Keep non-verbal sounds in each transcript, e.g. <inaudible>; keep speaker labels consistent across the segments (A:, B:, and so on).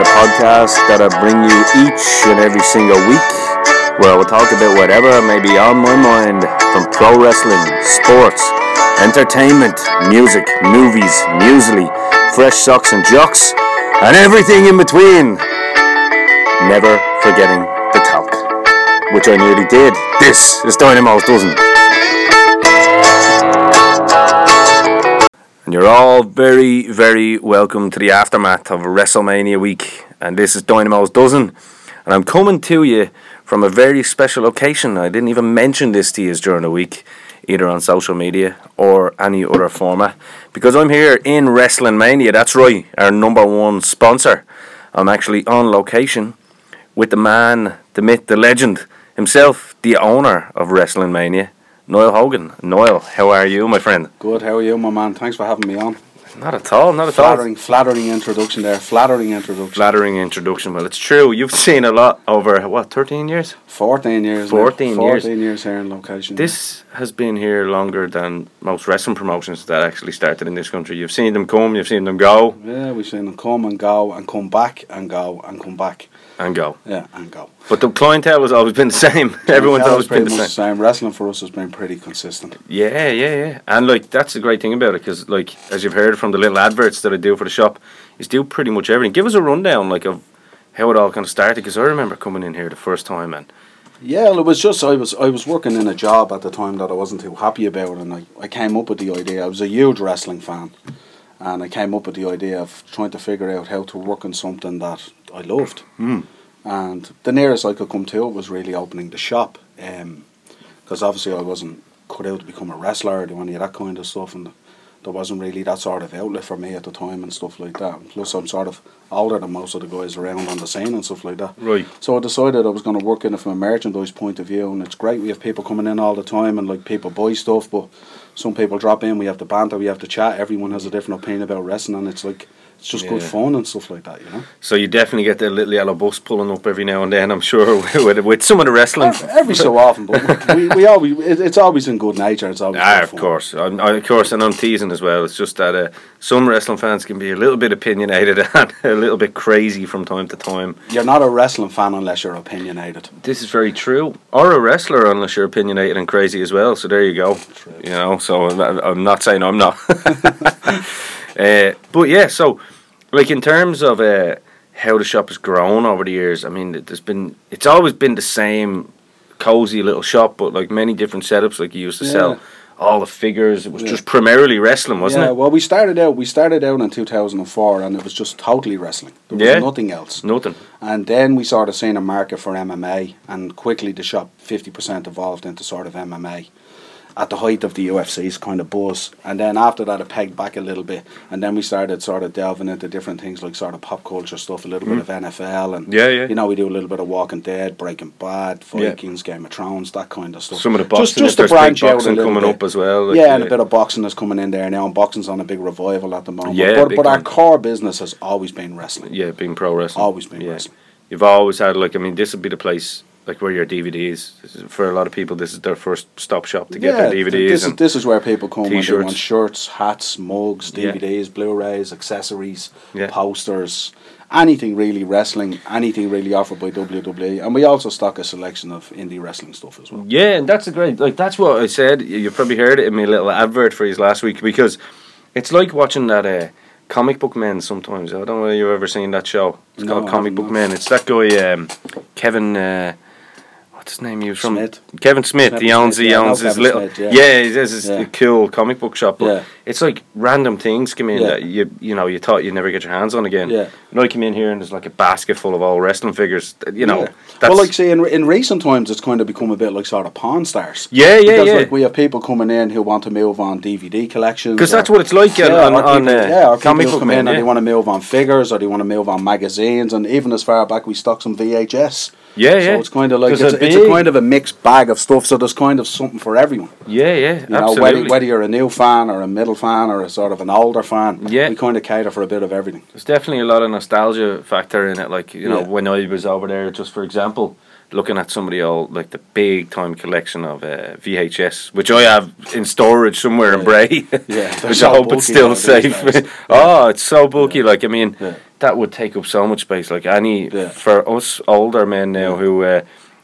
A: podcast that I bring you each and every single week, where we'll talk about whatever may be on my mind from pro wrestling, sports, entertainment, music, movies, muesli, fresh socks and jocks, and everything in between. Never forgetting the talk, which I nearly did. This is Dynamo's Dozen. And you're all very, very welcome to the aftermath of WrestleMania week. And this is Dynamo's Dozen. And I'm coming to you from a very special location. I didn't even mention this to you during the week, either on social media or any other format, because I'm here in Wrestling Mania. That's right, our number one sponsor. I'm actually on location with the man, the myth, the legend himself, the owner of Wrestling Mania, Niall Hogan. Niall, how are you, my friend?
B: Good. How are you, my man? Thanks for having me on.
A: Not at all, not at all.
B: Flattering, flattering introduction there. Flattering introduction.
A: Flattering introduction. Well, it's true. You've <laughs> seen a lot over, what, 13 years?
B: Fourteen years. now.
A: 14 years.
B: Fourteen years here in location.
A: This has been here longer than most wrestling promotions that actually started in this country. You've seen them come, you've seen them go,
B: Yeah, we've seen them come and go and come back and go and come back.
A: and go.
B: Yeah, and go.
A: But the clientele has always been the <laughs> same. <laughs> Everyone's
B: That's
A: always been
B: pretty
A: the
B: much
A: same.
B: Wrestling for us has been pretty consistent.
A: Yeah, yeah, yeah. And like that's the great thing about it because like as you've heard from the little adverts that I do for the shop, is do pretty much everything. Give us a rundown like of how it all kind of started because I remember coming in here the first time and
B: Yeah, well, it was just I was I was working in a job at the time that I wasn't too happy about, and I, I came up with the idea. I was a huge wrestling fan, and I came up with the idea of trying to figure out how to work on something that I loved. Mm. And the nearest I could come to it was really opening the shop, because obviously I wasn't cut out to become a wrestler or do any of that kind of stuff, and there wasn't really that sort of outlet for me at the time and stuff like that. And plus, I'm sort of older than most of the guys around on the scene and stuff like that.
A: Right.
B: So I decided I was going to work in it from a merchandise point of view, and it's great. We have people coming in all the time, and like people buy stuff, but some people drop in. We have the banter, we have the chat. Everyone has a different opinion about wrestling, and it's like it's just good
A: Yeah.
B: fun and stuff like that, you know.
A: so you definitely get that little yellow bus pulling up every now and then. I'm sure <laughs> with with some of the
B: <laughs>
A: wrestling.
B: Every so often, but we, we always it, it's always in good nature. It's always
A: Ah,
B: good
A: of
B: fun.
A: course, I'm, I, of course, and I'm teasing as well. It's just that uh, some wrestling fans can be a little bit opinionated <laughs> and a little bit crazy from time to time.
B: You're not a wrestling fan unless you're opinionated.
A: This is very true. Or a wrestler, unless you're opinionated and crazy as well. So there you go. You know, so I'm, I'm not saying I'm not. <laughs> uh, but yeah, so like in terms of uh, how the shop has grown over the years, I mean, it- there's been it's always been the same cozy little shop, but like many different setups. Like you used to
B: Yeah.
A: sell all the figures. It was
B: Yeah.
A: just primarily wrestling, wasn't
B: yeah,
A: it?
B: well, we started out we started out in 2004, and it was just totally wrestling. There was
A: Yeah.
B: nothing else.
A: Nothing.
B: And then we sort of seen a market for MMA, and quickly the shop 50% evolved into sort of MMA at the height of the UFC's kind of buzz. And then after that, it pegged back a little bit. And then we started sort of delving into different things like sort of pop culture stuff, a little bit of NFL. and
A: Mm. Yeah, yeah.
B: You know, we do a little bit of Walking Dead, Breaking Bad,
A: Yeah.
B: Vikings, Game of Thrones, that kind of stuff.
A: Some of the
B: Just-
A: boxing, if
B: just to
A: there's big
B: branch out a
A: boxing
B: little
A: coming
B: bit.
A: up as well, like,
B: yeah, and
A: uh,
B: a bit of boxing is coming in there now, and boxing's on a big revival at the moment.
A: Yeah,
B: but
A: big
B: but our
A: time.
B: core business has always been wrestling.
A: Yeah, being pro wrestling.
B: Always been
A: yeah.
B: wrestling.
A: You've always had like I mean, this would be the place like where your DVDs. This is- For a lot of people, this is their first stop shop to get their
B: th-
A: DVDs.
B: This is,
A: and
B: this is where people come when they
A: T-shirts.
B: want shirts, hats, mugs,
A: Yeah.
B: DVDs, Blu-rays, accessories,
A: Yeah.
B: posters, anything really wrestling, anything really offered by WWE, and we also stock a selection of indie wrestling stuff as well.
A: yeah, and that's a great like that's what I said. You- You've probably heard it in my little advert for his last week because it's like watching that uh, comic book men sometimes. I don't know whether you've ever seen that show. It's
B: No,
A: called
B: I
A: Comic
B: haven't,
A: Book
B: no.
A: Men. It's that guy um, Kevin. Uh, What's his name? He was from
B: Smith.
A: Kevin Smith. he
B: Kevin
A: owns
B: Smith,
A: he
B: yeah, I know
A: owns his
B: Kevin
A: little
B: Smith, yeah.
A: yeah. he has his
B: Yeah.
A: cool comic book shop. But
B: Yeah.
A: it's like random things come in
B: Yeah.
A: that you you know you thought you'd never get your hands on again.
B: Yeah.
A: And I come in here and there's like a basket full of all wrestling figures. that, You know,
B: Yeah. well, like say in, in recent times, it's kind of become a bit like sort of pawn stars.
A: Yeah, yeah,
B: because,
A: yeah.
B: Like we have people coming in who want to move on DVD collections.
A: because
B: or-
A: that's what it's like on, on,
B: or
A: on
B: people,
A: uh,
B: yeah, or people
A: comic
B: who
A: book
B: come
A: men.
B: in and
A: yeah.
B: they want to move on figures or they want to move on magazines and even as far back we stock some VHS.
A: Yeah,
B: So
A: yeah.
B: it's kind of like
A: 'Cause
B: it's,
A: they're
B: a, it's a
A: big.
B: kind of a mixed bag of stuff. So there's kind of something for everyone.
A: yeah, yeah,
B: You know,
A: absolutely.
B: whether, whether you're a new fan or a middle fan or a sort of an older fan,
A: Yeah.
B: we kind of cater for a bit of everything.
A: There's definitely a lot of nostalgia factor in it. Like you know,
B: Yeah.
A: when I was over there, just for example, looking at somebody old like the big time collection of uh, VHS, which I have in storage somewhere in
B: Yeah.
A: Bray, <laughs>
B: Yeah, they're
A: which
B: so
A: I hope
B: bulky
A: it's still <laughs>
B: now these
A: safe.
B: days.
A: oh, it's so bulky. Like I mean,
B: Yeah.
A: that would take up so much space. Like any
B: Yeah.
A: for us older men now who uh,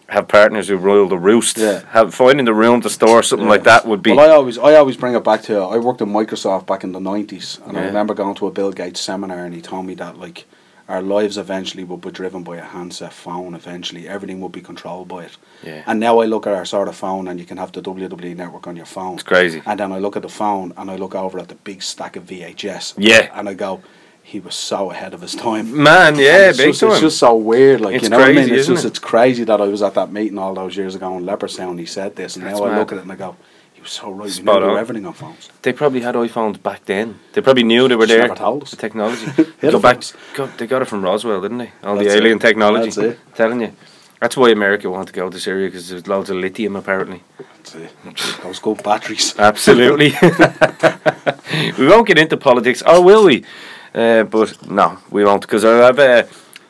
A: have partners who rule the roost,
B: Yeah.
A: have finding the room to store something Mm, like that would be.
B: Well, I always I always bring it back to I worked at Microsoft back in the nineties, and I
A: Yeah.
B: remember going to a Bill Gates seminar, and he told me that like our lives eventually would be driven by a handset phone. Eventually, everything would be controlled by it.
A: Yeah.
B: And now I look at our sort of phone, and you can have the WWE network on your phone.
A: it's crazy.
B: And then I look at the phone, and I look over at the big stack of VHS.
A: Yeah.
B: And I go, he was so ahead of his time.
A: Man,
B: And
A: yeah,
B: it's,
A: big
B: just,
A: time.
B: it's just so weird, like
A: It's
B: you know what I
A: crazy,
B: mean. It's
A: isn't
B: just
A: it?
B: it's crazy that I was at that meeting all those years ago in Leopardstown. And he said this, and
A: That's
B: now I
A: mad.
B: look at it and I go, "He was so right.
A: Spot
B: we now
A: on.
B: do everything on phones."
A: they probably had iPhones back then. They probably knew they were
B: Just
A: there.
B: never told us.
A: The
B: <laughs>
A: technology.
B: Yeah,
A: go
B: the
A: back.
B: phones.
A: Go, they got it from Roswell, didn't they? All
B: That's
A: the
B: it.
A: alien technology.
B: That's it.
A: telling you. That's why America wanted to go to Syria because there's loads of lithium apparently.
B: That's it. Those good batteries.
A: Absolutely. <laughs> we won't get into politics, or will we? Uh, but no, we won't because I have uh,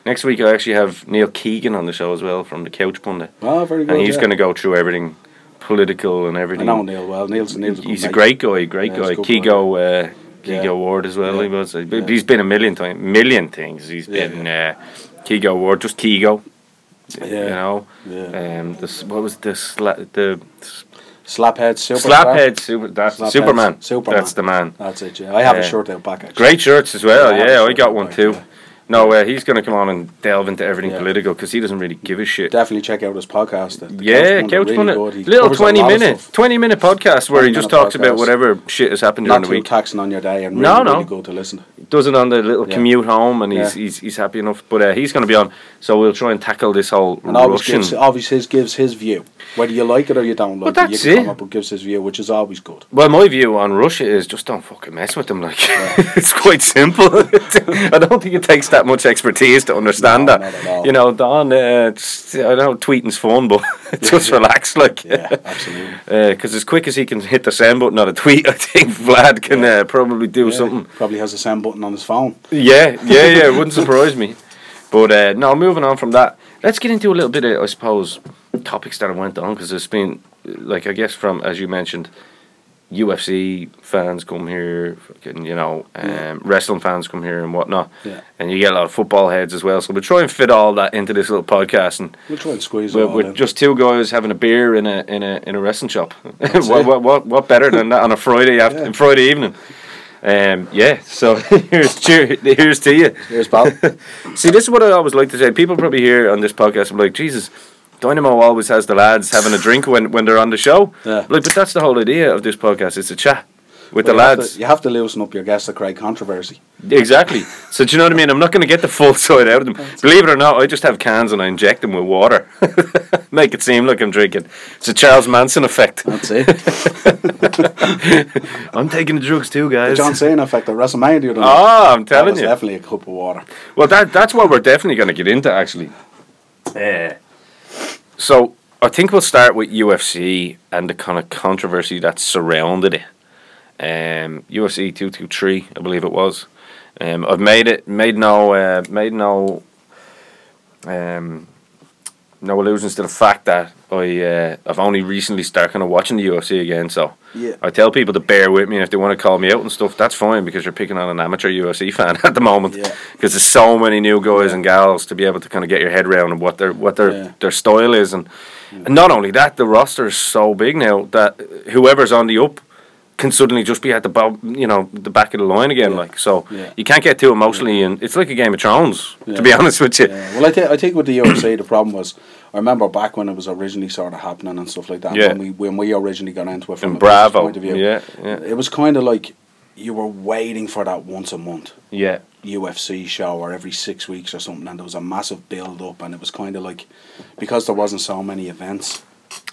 A: next week. I actually have Neil Keegan on the show as well from the Couch Pundit,
B: Oh, very good.
A: and he's
B: yeah.
A: going to go through everything political and
B: I
A: everything.
B: know Neil well. Neil's Neil's. good
A: he's a
B: mate.
A: great guy, great
B: Yeah, he's
A: guy.
B: a good
A: Kigo, uh, Kigo
B: Yeah.
A: Ward as well.
B: Yeah.
A: He was. Uh,
B: Yeah.
A: He's been a million times, million things. He's
B: Yeah,
A: been Uh, Kigo Ward, just Kigo.
B: Yeah.
A: You know.
B: Yeah.
A: Um, this, what was the sla- the
B: Slaphead super.
A: Slaphead, super, that's
B: Slaphead,
A: Superman.
B: Superman.
A: That's the man.
B: That's it. Yeah, I have
A: Yeah.
B: a shirt out back. Actually.
A: Great shirts as well.
B: Yeah,
A: Yeah, I
B: absolutely.
A: got one too.
B: Yeah.
A: No, uh, he's going to come on and delve into everything
B: Yeah.
A: political 'cause political because he doesn't really give a shit.
B: Definitely check out his podcast. The- the
A: yeah,
B: Pundit,
A: Couch
B: really
A: Pundit.
B: good. He
A: Little
B: covers a lot of
A: 20 minute,
B: stuff.
A: 20 minute podcast where he
B: 20
A: just
B: minute
A: talks about
B: podcast.
A: whatever shit has happened during
B: Not
A: the
B: too
A: week.
B: taxing on your day, and really,
A: No, no.
B: really good to listen.
A: Does it on the little
B: Yeah.
A: commute home and he's,
B: Yeah.
A: he's, he's happy enough. But uh, he's going to be on, so we'll try and tackle this whole
B: And always
A: Russian.
B: gives, always his gives his view, whether you like it or you don't like
A: But
B: it. You
A: that's
B: can
A: it.
B: come up and gives his view, which is always good.
A: Well, my view on Russia is just don't fucking mess with them. Like <laughs> it's quite
B: <laughs>
A: simple. I don't think it takes that much expertise to understand
B: No,
A: that.
B: not at all.
A: You know, Don. Uh, just, I know tweeting's fun, but <laughs> just relax, like.
B: Yeah, absolutely.
A: Because as quick as he can hit the send button on a tweet, <laughs> I think Vlad can uh, probably <laughs> do
B: Yeah,
A: something.
B: Probably has the same button on his phone.
A: Yeah, yeah, yeah. It wouldn't surprise me. But uh, no, moving on from that, let's get into a little bit of, I suppose, topics that I went on because there's been, like, I guess from as you mentioned, UFC fans come here, fucking, you know, um, wrestling fans come here and whatnot,
B: Yeah.
A: and you get a lot of football heads as well. So we'll try and fit all that into this little podcast, and
B: We'll try and squeeze it
A: we're,
B: all
A: we're
B: in.
A: just two guys having a beer in a in a in a wrestling shop. what, <laughs>
B: it.
A: what what what better than that on a Friday after
B: Yeah.
A: Friday evening? Um, yeah. So <laughs> here's cheer, here's to you. <laughs>
B: Here's Bob.
A: See, this is what I always like to say. People probably here on this podcast are like, Jesus, Dynamo always has the lads having a drink when, when they're on the show.
B: Yeah.
A: Like, but that's the whole idea of this podcast. It's a chat with
B: Well,
A: the
B: you have
A: lads.
B: to- you have to loosen up your guess to create controversy.
A: Exactly. So do you know what I mean? I'm not going to get the full side out of them. Believe it or not, I just have cans and I inject them with water. <laughs> Make it seem like I'm drinking. It's a Charles Manson effect. <laughs>
B: That's it.
A: I'm taking the drugs too,
B: the
A: guys.
B: John Cena effect at WrestleMania the other night.
A: Ah, I'm
B: That
A: telling
B: was
A: you.
B: definitely a cup
A: <laughs>
B: of water.
A: Well, that that's what we're definitely going to get into, actually. Uh, so I think we'll start with UFC and the kind of controversy that surrounded it. Um, UFC two two three, I believe it was. Um, I've made it made no uh, made no um, no illusions to the fact that I uh, I've only recently started kind of watching the UFC again. So
B: Yeah.
A: I tell people to bear with me and if they want to call me out and stuff. That's fine because you're picking on an amateur UFC fan <laughs> at the moment
B: Yeah.
A: because there's so many new guys and gals to be able to kind of get your head around what their what their
B: Yeah.
A: their style is and, and not only that the roster is so big now that whoever's on the up can suddenly just be at the bo- you know the back of the line again
B: Yeah.
A: like so
B: Yeah.
A: you can't get too emotionally and it's like a game of Thrones to
B: Yeah.
A: be <laughs> honest with you
B: Yeah. Well, I, th- I think with the UFC, the problem was, I remember back when it was originally sort of happening and stuff like that.
A: Yeah.
B: When we when we originally got into it from
A: And
B: a business
A: Bravo.
B: point of view,
A: Yeah, yeah.
B: it was kind of like you were waiting for that once a month.
A: yeah.
B: UFC show or every six weeks or something, and there was a massive build up, and it was kind of like because there wasn't so many events,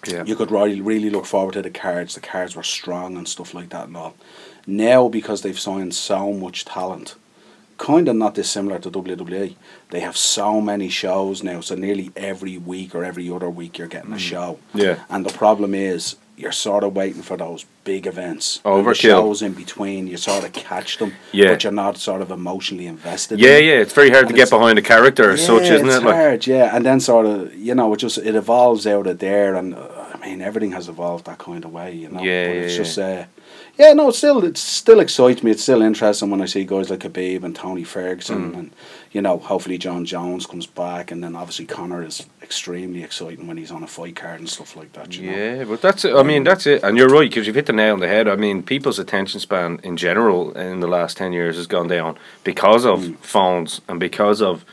A: Yeah.
B: you could really really look forward to the cards. The cards were strong and stuff like that and all. Now because they've signed so much talent, kind of not dissimilar to WWE, they have so many shows now. So nearly every week or every other week, you're getting a show.
A: Mm. Yeah.
B: And the problem is. You're sort of waiting for those big events. And the
A: Overkill.
B: shows in between, you sort of catch them,
A: Yeah.
B: but you're not sort of emotionally invested.
A: Yeah,
B: in it.
A: yeah, it's very hard
B: And
A: to get
B: it's-
A: behind a character as such,
B: Yeah,
A: isn't
B: it's
A: it? Like,
B: hard, yeah, and then sort of you know it just it evolves out of there, and uh, I mean, everything has evolved that kind of way, you know.
A: Yeah,
B: but
A: yeah,
B: it's
A: yeah.
B: just uh, yeah, no, it still it still excites me. It's still interesting when I see guys like Khabib and Tony Ferguson,
A: Mm.
B: and you know, hopefully John Jones comes back, and then obviously Connor is extremely exciting when he's on a fight card and stuff like that. You know?
A: Yeah, but that's it. I
B: Um,
A: mean, that's it. And you're right, because you've hit the nail on the head. I mean, people's attention span in general in the last 10 years has gone down because of
B: Mm.
A: phones and because of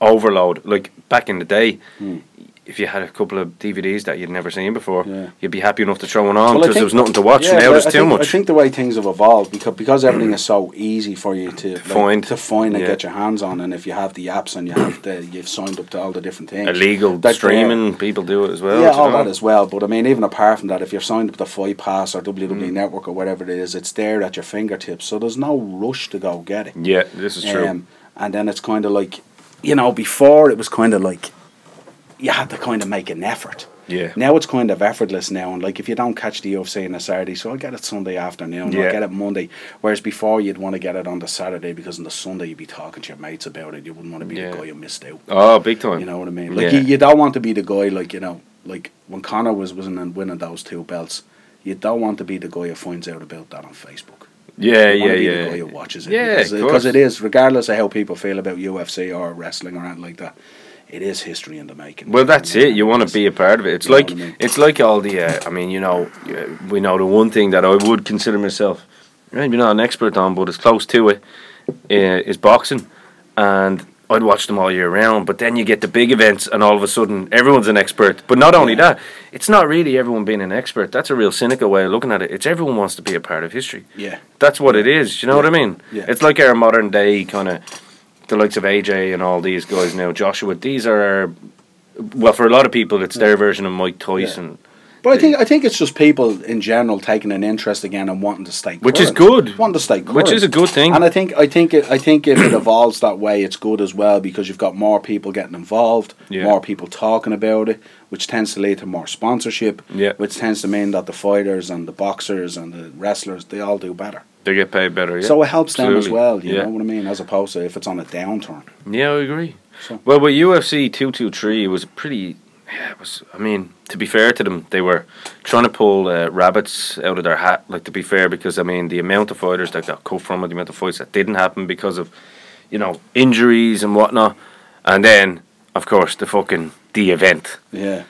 A: overload. Like back in the day,
B: Mm.
A: if you had a couple of DVDs that you'd never seen before,
B: Yeah.
A: you'd be happy enough to throw one on
B: Well, I
A: because there
B: think-
A: was nothing to watch.
B: Yeah,
A: now
B: but
A: there's
B: I
A: too
B: think,
A: much.
B: I think the way things have evolved because because everything is so easy for you to, like,
A: find.
B: to find and
A: Yeah.
B: get your hands on, and if you have the apps and you have the you've signed up to all the different things,
A: Illegal
B: That- yeah.
A: streaming, people do it as well.
B: yeah,
A: do you
B: all
A: know?
B: that as well. But I mean, even apart from that, if you're signed up to Fight Pass or WWE
A: Mm.
B: Network or whatever it is, it's there at your fingertips. So there's no rush to go get it.
A: Yeah, this is true.
B: Um, and then it's kind of like, you know, before it was kind of like you had to kind of make an effort.
A: yeah.
B: Now it's kind of effortless now, and like if you don't catch the UFC on a Saturday, so I'll get it Sunday afternoon,
A: Yeah.
B: I'll get it Monday. Whereas before you'd want to get it on the Saturday because on the Sunday you'd be talking to your mates about it. You wouldn't want to be
A: Yeah.
B: the guy who missed out.
A: oh, big time.
B: You know what I mean? Like
A: Yeah.
B: you, you don't want to be the guy like you know like when Connor was was in winning those two belts. You don't want to be the guy who finds out about that on Facebook.
A: yeah,
B: You
A: yeah,
B: wanna be
A: yeah.
B: The guy who watches it.
A: Yeah,
B: because,
A: of
B: because it
A: course.
B: is regardless of how people feel about UFC or wrestling or anything like that. It is history in the making.
A: Well, that's it. You want to be a part of it. It's
B: You know
A: like
B: what I mean?
A: it's like all the. Uh, I mean, you know, uh, we know the one thing that I would consider myself maybe not an expert on, but as close to it uh, is boxing, and I'd watch them all year round. But then you get the big events, and all of a sudden everyone's an expert. But not only that, it's not really everyone being an expert. That's a real cynical way of looking at it. It's everyone wants to be a part of history.
B: Yeah.
A: That's what it is. You know what I mean?
B: Yeah.
A: It's like our modern day kind of the likes of AJ and all these guys now, Joshua. These are our, well for a lot of people, it's their version of Mike Tyson,
B: But I think I think it's just people in general taking an interest again and wanting to stay,
A: Which is
B: current.
A: good.
B: wanting to stay,
A: which
B: current.
A: is a good thing.
B: And I think I think it, I think if it evolves that way, it's good as well because you've got more people getting involved,
A: Yeah.
B: more people talking about it, which tends to lead to more sponsorship.
A: Yeah.
B: which tends to mean that the fighters and the boxers and the wrestlers they all do better.
A: they get paid better. Yeah.
B: so it helps them as
A: absolutely.
B: well. You
A: yeah.
B: know what I mean? As opposed to if it's on a downturn.
A: Yeah, I agree.
B: So-
A: Well, with UFC two two three was pretty. Yeah, it was. I mean, to be fair to them, they were trying to pull uh, rabbits out of their hat. Like to be fair, because I mean, the amount of fighters that got cut from it, the amount of fights that didn't happen because of, you know, injuries and whatnot, and then of course the fucking the event.
B: Yeah.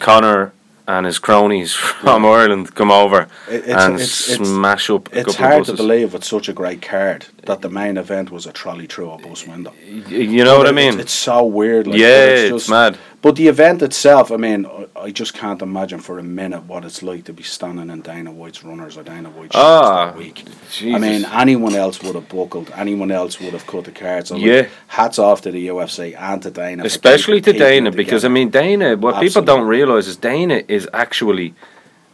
A: Connor and his cronies <laughs> from Ireland come over
B: It- it's-
A: and
B: it's- it's-
A: smash up a
B: It's
A: couple
B: hard
A: of
B: to
A: buses.
B: believe with such a great card that the main event was a trolley through a bus window.
A: Y- You know what I
B: It's-
A: mean?
B: It's so weird. Like,
A: yeah,
B: but
A: it's, mad.
B: But the event itself, I mean, I- I just can't imagine for a minute what it's like to be standing in Dana White's runners or Dana White's shoes
A: Ah,
B: that week.
A: Jesus.
B: I mean, anyone else would have buckled. Anyone else would have cut the cards. So, like,
A: Yeah.
B: hats off to the UFC and to Dana. for
A: especially
B: keeping-
A: to
B: keeping it
A: Dana because um, I
B: together.
A: mean Dana. What people
B: Absolutely.
A: don't realize is Dana is actually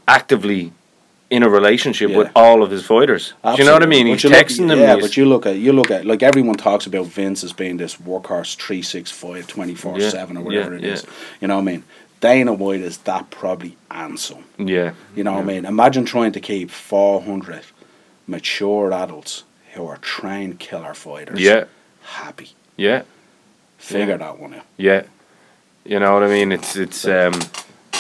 A: actively in a relationship with
B: Yeah.
A: all of his fighters. Do you know what I
B: Absolutely.
A: mean? He's
B: But you look-
A: texting them.
B: Yeah,
A: he's-
B: but you look at you look at like everyone talks about Vince as being this workhorse 365 24 7 or
A: Yeah,
B: whatever
A: yeah,
B: it
A: yeah.
B: is. You know what I mean? Dana White is that probably and some.
A: yeah,
B: You know what I mean? Imagine trying to keep 400 mature adults who are trained killer fighters
A: yeah,
B: happy.
A: yeah,
B: Figure that one out.
A: yeah. You know what I mean? It's it's um.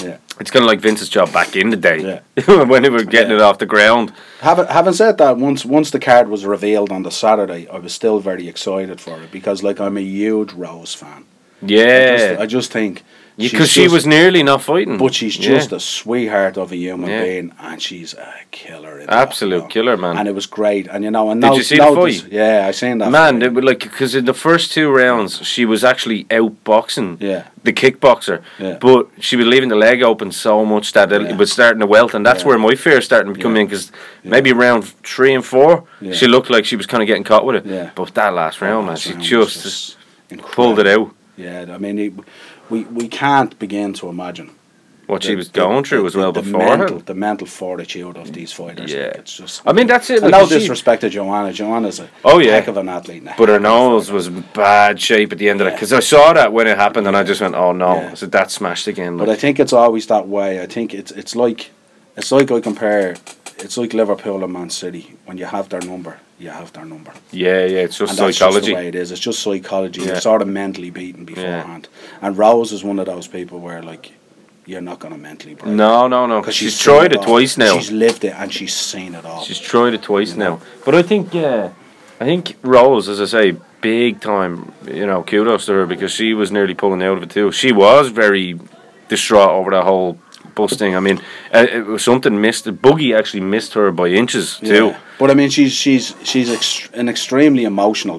B: Yeah.
A: It's kind of like Vince's job back in the day <laughs> when they were getting
B: Yeah.
A: it off the ground.
B: Having, having said that, once once the card was revealed on the Saturday, I was still very excited for it because, like, I'm a huge Rose fan. I, just,
A: Yeah,
B: I just think
A: because
B: she's
A: she
B: just-
A: was nearly not fighting.
B: but she's
A: Yeah.
B: just a sweetheart of a human
A: Yeah.
B: being, and she's a killer. in that,
A: Absolute
B: you know.
A: killer, man.
B: And it was great, and you know, and
A: Did
B: now,
A: you see
B: now
A: the
B: this-
A: fight?
B: Yeah, I seen that.
A: Man,
B: fight.
A: it, would, like because in the first two rounds she was actually outboxing
B: Yeah.
A: the kickboxer,
B: Yeah.
A: but she was leaving the leg open so much that it,
B: Yeah.
A: was starting to welt, and that's
B: Yeah.
A: where my fear starting to come
B: Yeah.
A: in because maybe round three and four
B: Yeah.
A: she looked like she was kind of getting caught with it,
B: Yeah.
A: but that last round, man,
B: Last
A: she
B: round was
A: just,
B: just
A: pulled it
B: incredible.
A: out.
B: Yeah, I mean, it, we we can't begin to imagine
A: What she
B: the-
A: was
B: the-
A: going through as well
B: the
A: before
B: mental,
A: her.
B: the mental fortitude of these fighters.
A: Yeah.
B: like, it's just.
A: I mean, that's it.
B: and
A: like,
B: no
A: she-
B: disrespect to Joanna. Joanna's a
A: Oh, yeah.
B: heck of an athlete. and a
A: But her
B: heck of a
A: nose
B: fighter.
A: was in bad shape at the end of it
B: Yeah.
A: because I saw that when it happened and I just went, "Oh no!"
B: Yeah.
A: So that smashed again. Like,
B: But I think it's always that way. I think it's it's like it's like I compare. It's like Liverpool and Man City. When you have their number, you have their number.
A: yeah, yeah, it's just
B: And That's just
A: psychology.
B: the way it is. It's just psychology.
A: Yeah.
B: You're sort of mentally beaten beforehand. And Rose is one of those people where like you're not going to mentally break.
A: No, no, no.
B: 'Cause
A: She's,
B: seen
A: tried it
B: all.
A: twice now.
B: She's lived it and she's seen it all.
A: She's tried it twice now. But I think, yeah, I think Rose, as I say, big time. You know, kudos to her because she was nearly pulling out of it too. She was very distraught over that whole busting. I mean, uh, it was something missed. Boogie actually missed her by inches too.
B: Yeah. But I mean, she's she's she's ext- an extremely emotional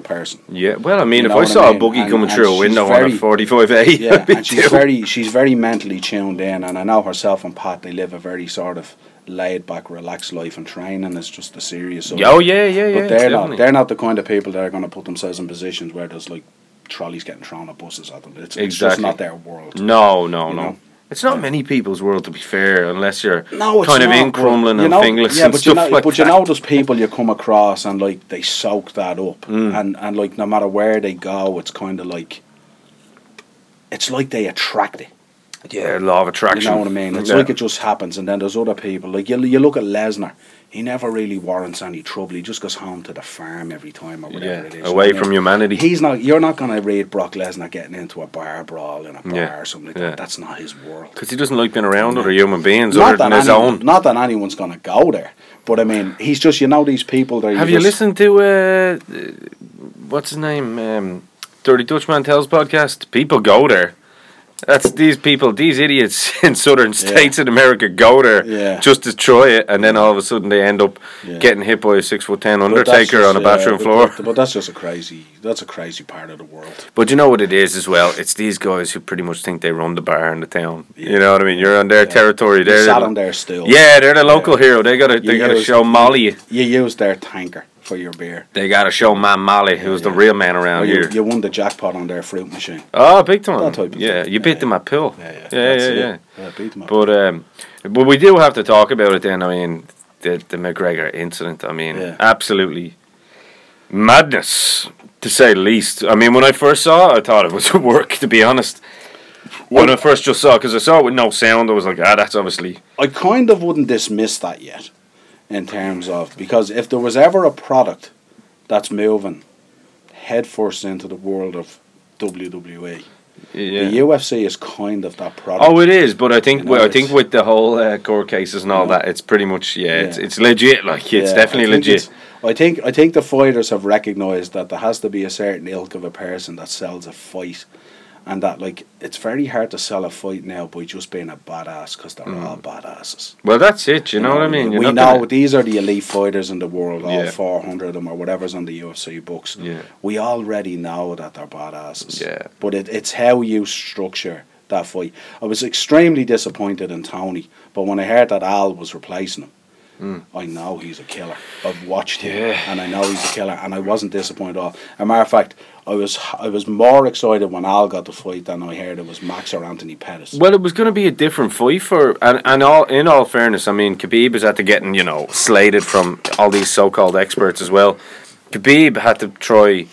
A: <laughs>
B: person.
A: Yeah. Well, I mean,
B: You know
A: if I
B: what I
A: saw
B: mean?
A: a boogie
B: And-
A: coming
B: and
A: through a
B: she's
A: window on
B: very-
A: a forty-five A, <laughs>
B: Yeah, and she's very she's very mentally tuned in. And I know herself and Pat they live a very sort of laid back, relaxed life, and training is just the serious. of it.
A: Oh yeah, yeah, yeah.
B: But they're
A: definitely.
B: not they're not the kind of people that are going to put themselves in positions where there's like trolleys getting thrown at buses at them. It's, it's just
A: Exactly.
B: not their world.
A: No, no,
B: You
A: no.
B: know?
A: It's not many people's world, to be fair, unless you're
B: No, it's
A: kind of
B: not,
A: in
B: but,
A: Crumlin
B: you
A: and
B: know-
A: Finglas
B: yeah,
A: and
B: but
A: stuff
B: you know,
A: like
B: But
A: that.
B: you know those people you come across and like they soak that up,
A: Hmm.
B: and and like no matter where they go, it's kind of like it's like they attract it.
A: yeah, law of attraction.
B: You know what I mean? It's
A: Yeah.
B: like it just happens, and then there's other people. Like you, you look at Lesnar. He never really warrants any trouble. He just goes home to the farm every time or whatever
A: yeah,
B: it is.
A: away
B: you know?
A: from humanity.
B: He's not. You're not going to read Brock Lesnar getting into a bar brawl in a bar
A: Yeah,
B: or something like
A: yeah.
B: that. That's not his world.
A: because he doesn't like being around other human beings
B: Not
A: other
B: that,
A: than his
B: anyone-
A: own.
B: not that anyone's going to go there, but I mean, he's just you know these people. That
A: Have you
B: just-
A: listened to uh, uh, what's his name? Um, Dirty Dutchman Tells podcast. People go there. That's these people, these idiots <laughs> in southern states in America go there
B: Yeah.
A: just to try it, and then all of a sudden they end up
B: Yeah.
A: getting hit by a six foot ten
B: But that's
A: undertaker
B: just,
A: on a
B: yeah,
A: bathroom
B: but-
A: floor.
B: But, but that's just a crazy. That's a crazy part of the world.
A: But you know what it is as well? It's these guys who pretty much think they run the bar in the town. You know what I mean? You're on their territory.
B: They
A: They're
B: sat
A: the-
B: on their still.
A: yeah, they're the local hero. They gotta they
B: You
A: gotta
B: use-
A: show Molly.
B: you use their tanker for your beer.
A: They gotta show man Molly, who's the
B: Yeah.
A: real man around
B: Well, you,
A: here.
B: you won the jackpot on their fruit machine.
A: oh, big time.
B: That type of
A: yeah,
B: thing.
A: you beat
B: Yeah.
A: them at pill. yeah,
B: that's
A: yeah.
B: it.
A: yeah.
B: yeah beat them up.
A: But um, but we do have to talk about it then. I mean, the the McGregor incident. I mean,
B: Yeah.
A: absolutely madness to say the least. I mean, when I first saw it, I thought it was <laughs> work. To be honest, when I first just saw because I saw it with no sound, I was like, ah, that's obviously
B: I kind of wouldn't dismiss that yet, in terms of because if there was ever a product that's moving headfirst into the world of WWE,
A: yeah.
B: the UFC is kind of that product.
A: Oh, it is, but I think
B: You know,
A: I
B: it's-
A: think with the whole uh, court cases and all
B: Yeah.
A: that, it's pretty much yeah, It's,
B: Mm. Yeah.
A: it's legit. Like it's
B: Yeah,
A: definitely
B: I think
A: legit.
B: it's- I think I think the fighters have recognised that there has to be a certain ilk of a person that sells a fight, and that like it's very hard to sell a fight now by just being a badass because they're
A: Mm.
B: all badasses.
A: well, that's it. You, know, what I mean? You're
B: we
A: not
B: know
A: gonna-
B: these are the elite fighters in the world, all
A: Yeah.
B: 400 of them or whatever's on the UFC books.
A: Yeah.
B: We already know that they're badasses.
A: Yeah.
B: But it, it's how you structure that fight. I was extremely disappointed in Tony, but when I heard that Al was replacing him, I know he's a killer. I've watched him,
A: Hmm. Yeah.
B: and I know he's a killer, and I wasn't disappointed at all. As a matter of fact, I was I was more excited when Al got the fight than I heard it was Max or Anthony Pettis.
A: Well, it was going to be a different fight for, and, and all in all fairness, I mean, Khabib is after getting you know slated from all these so-called experts as well. Khabib had to try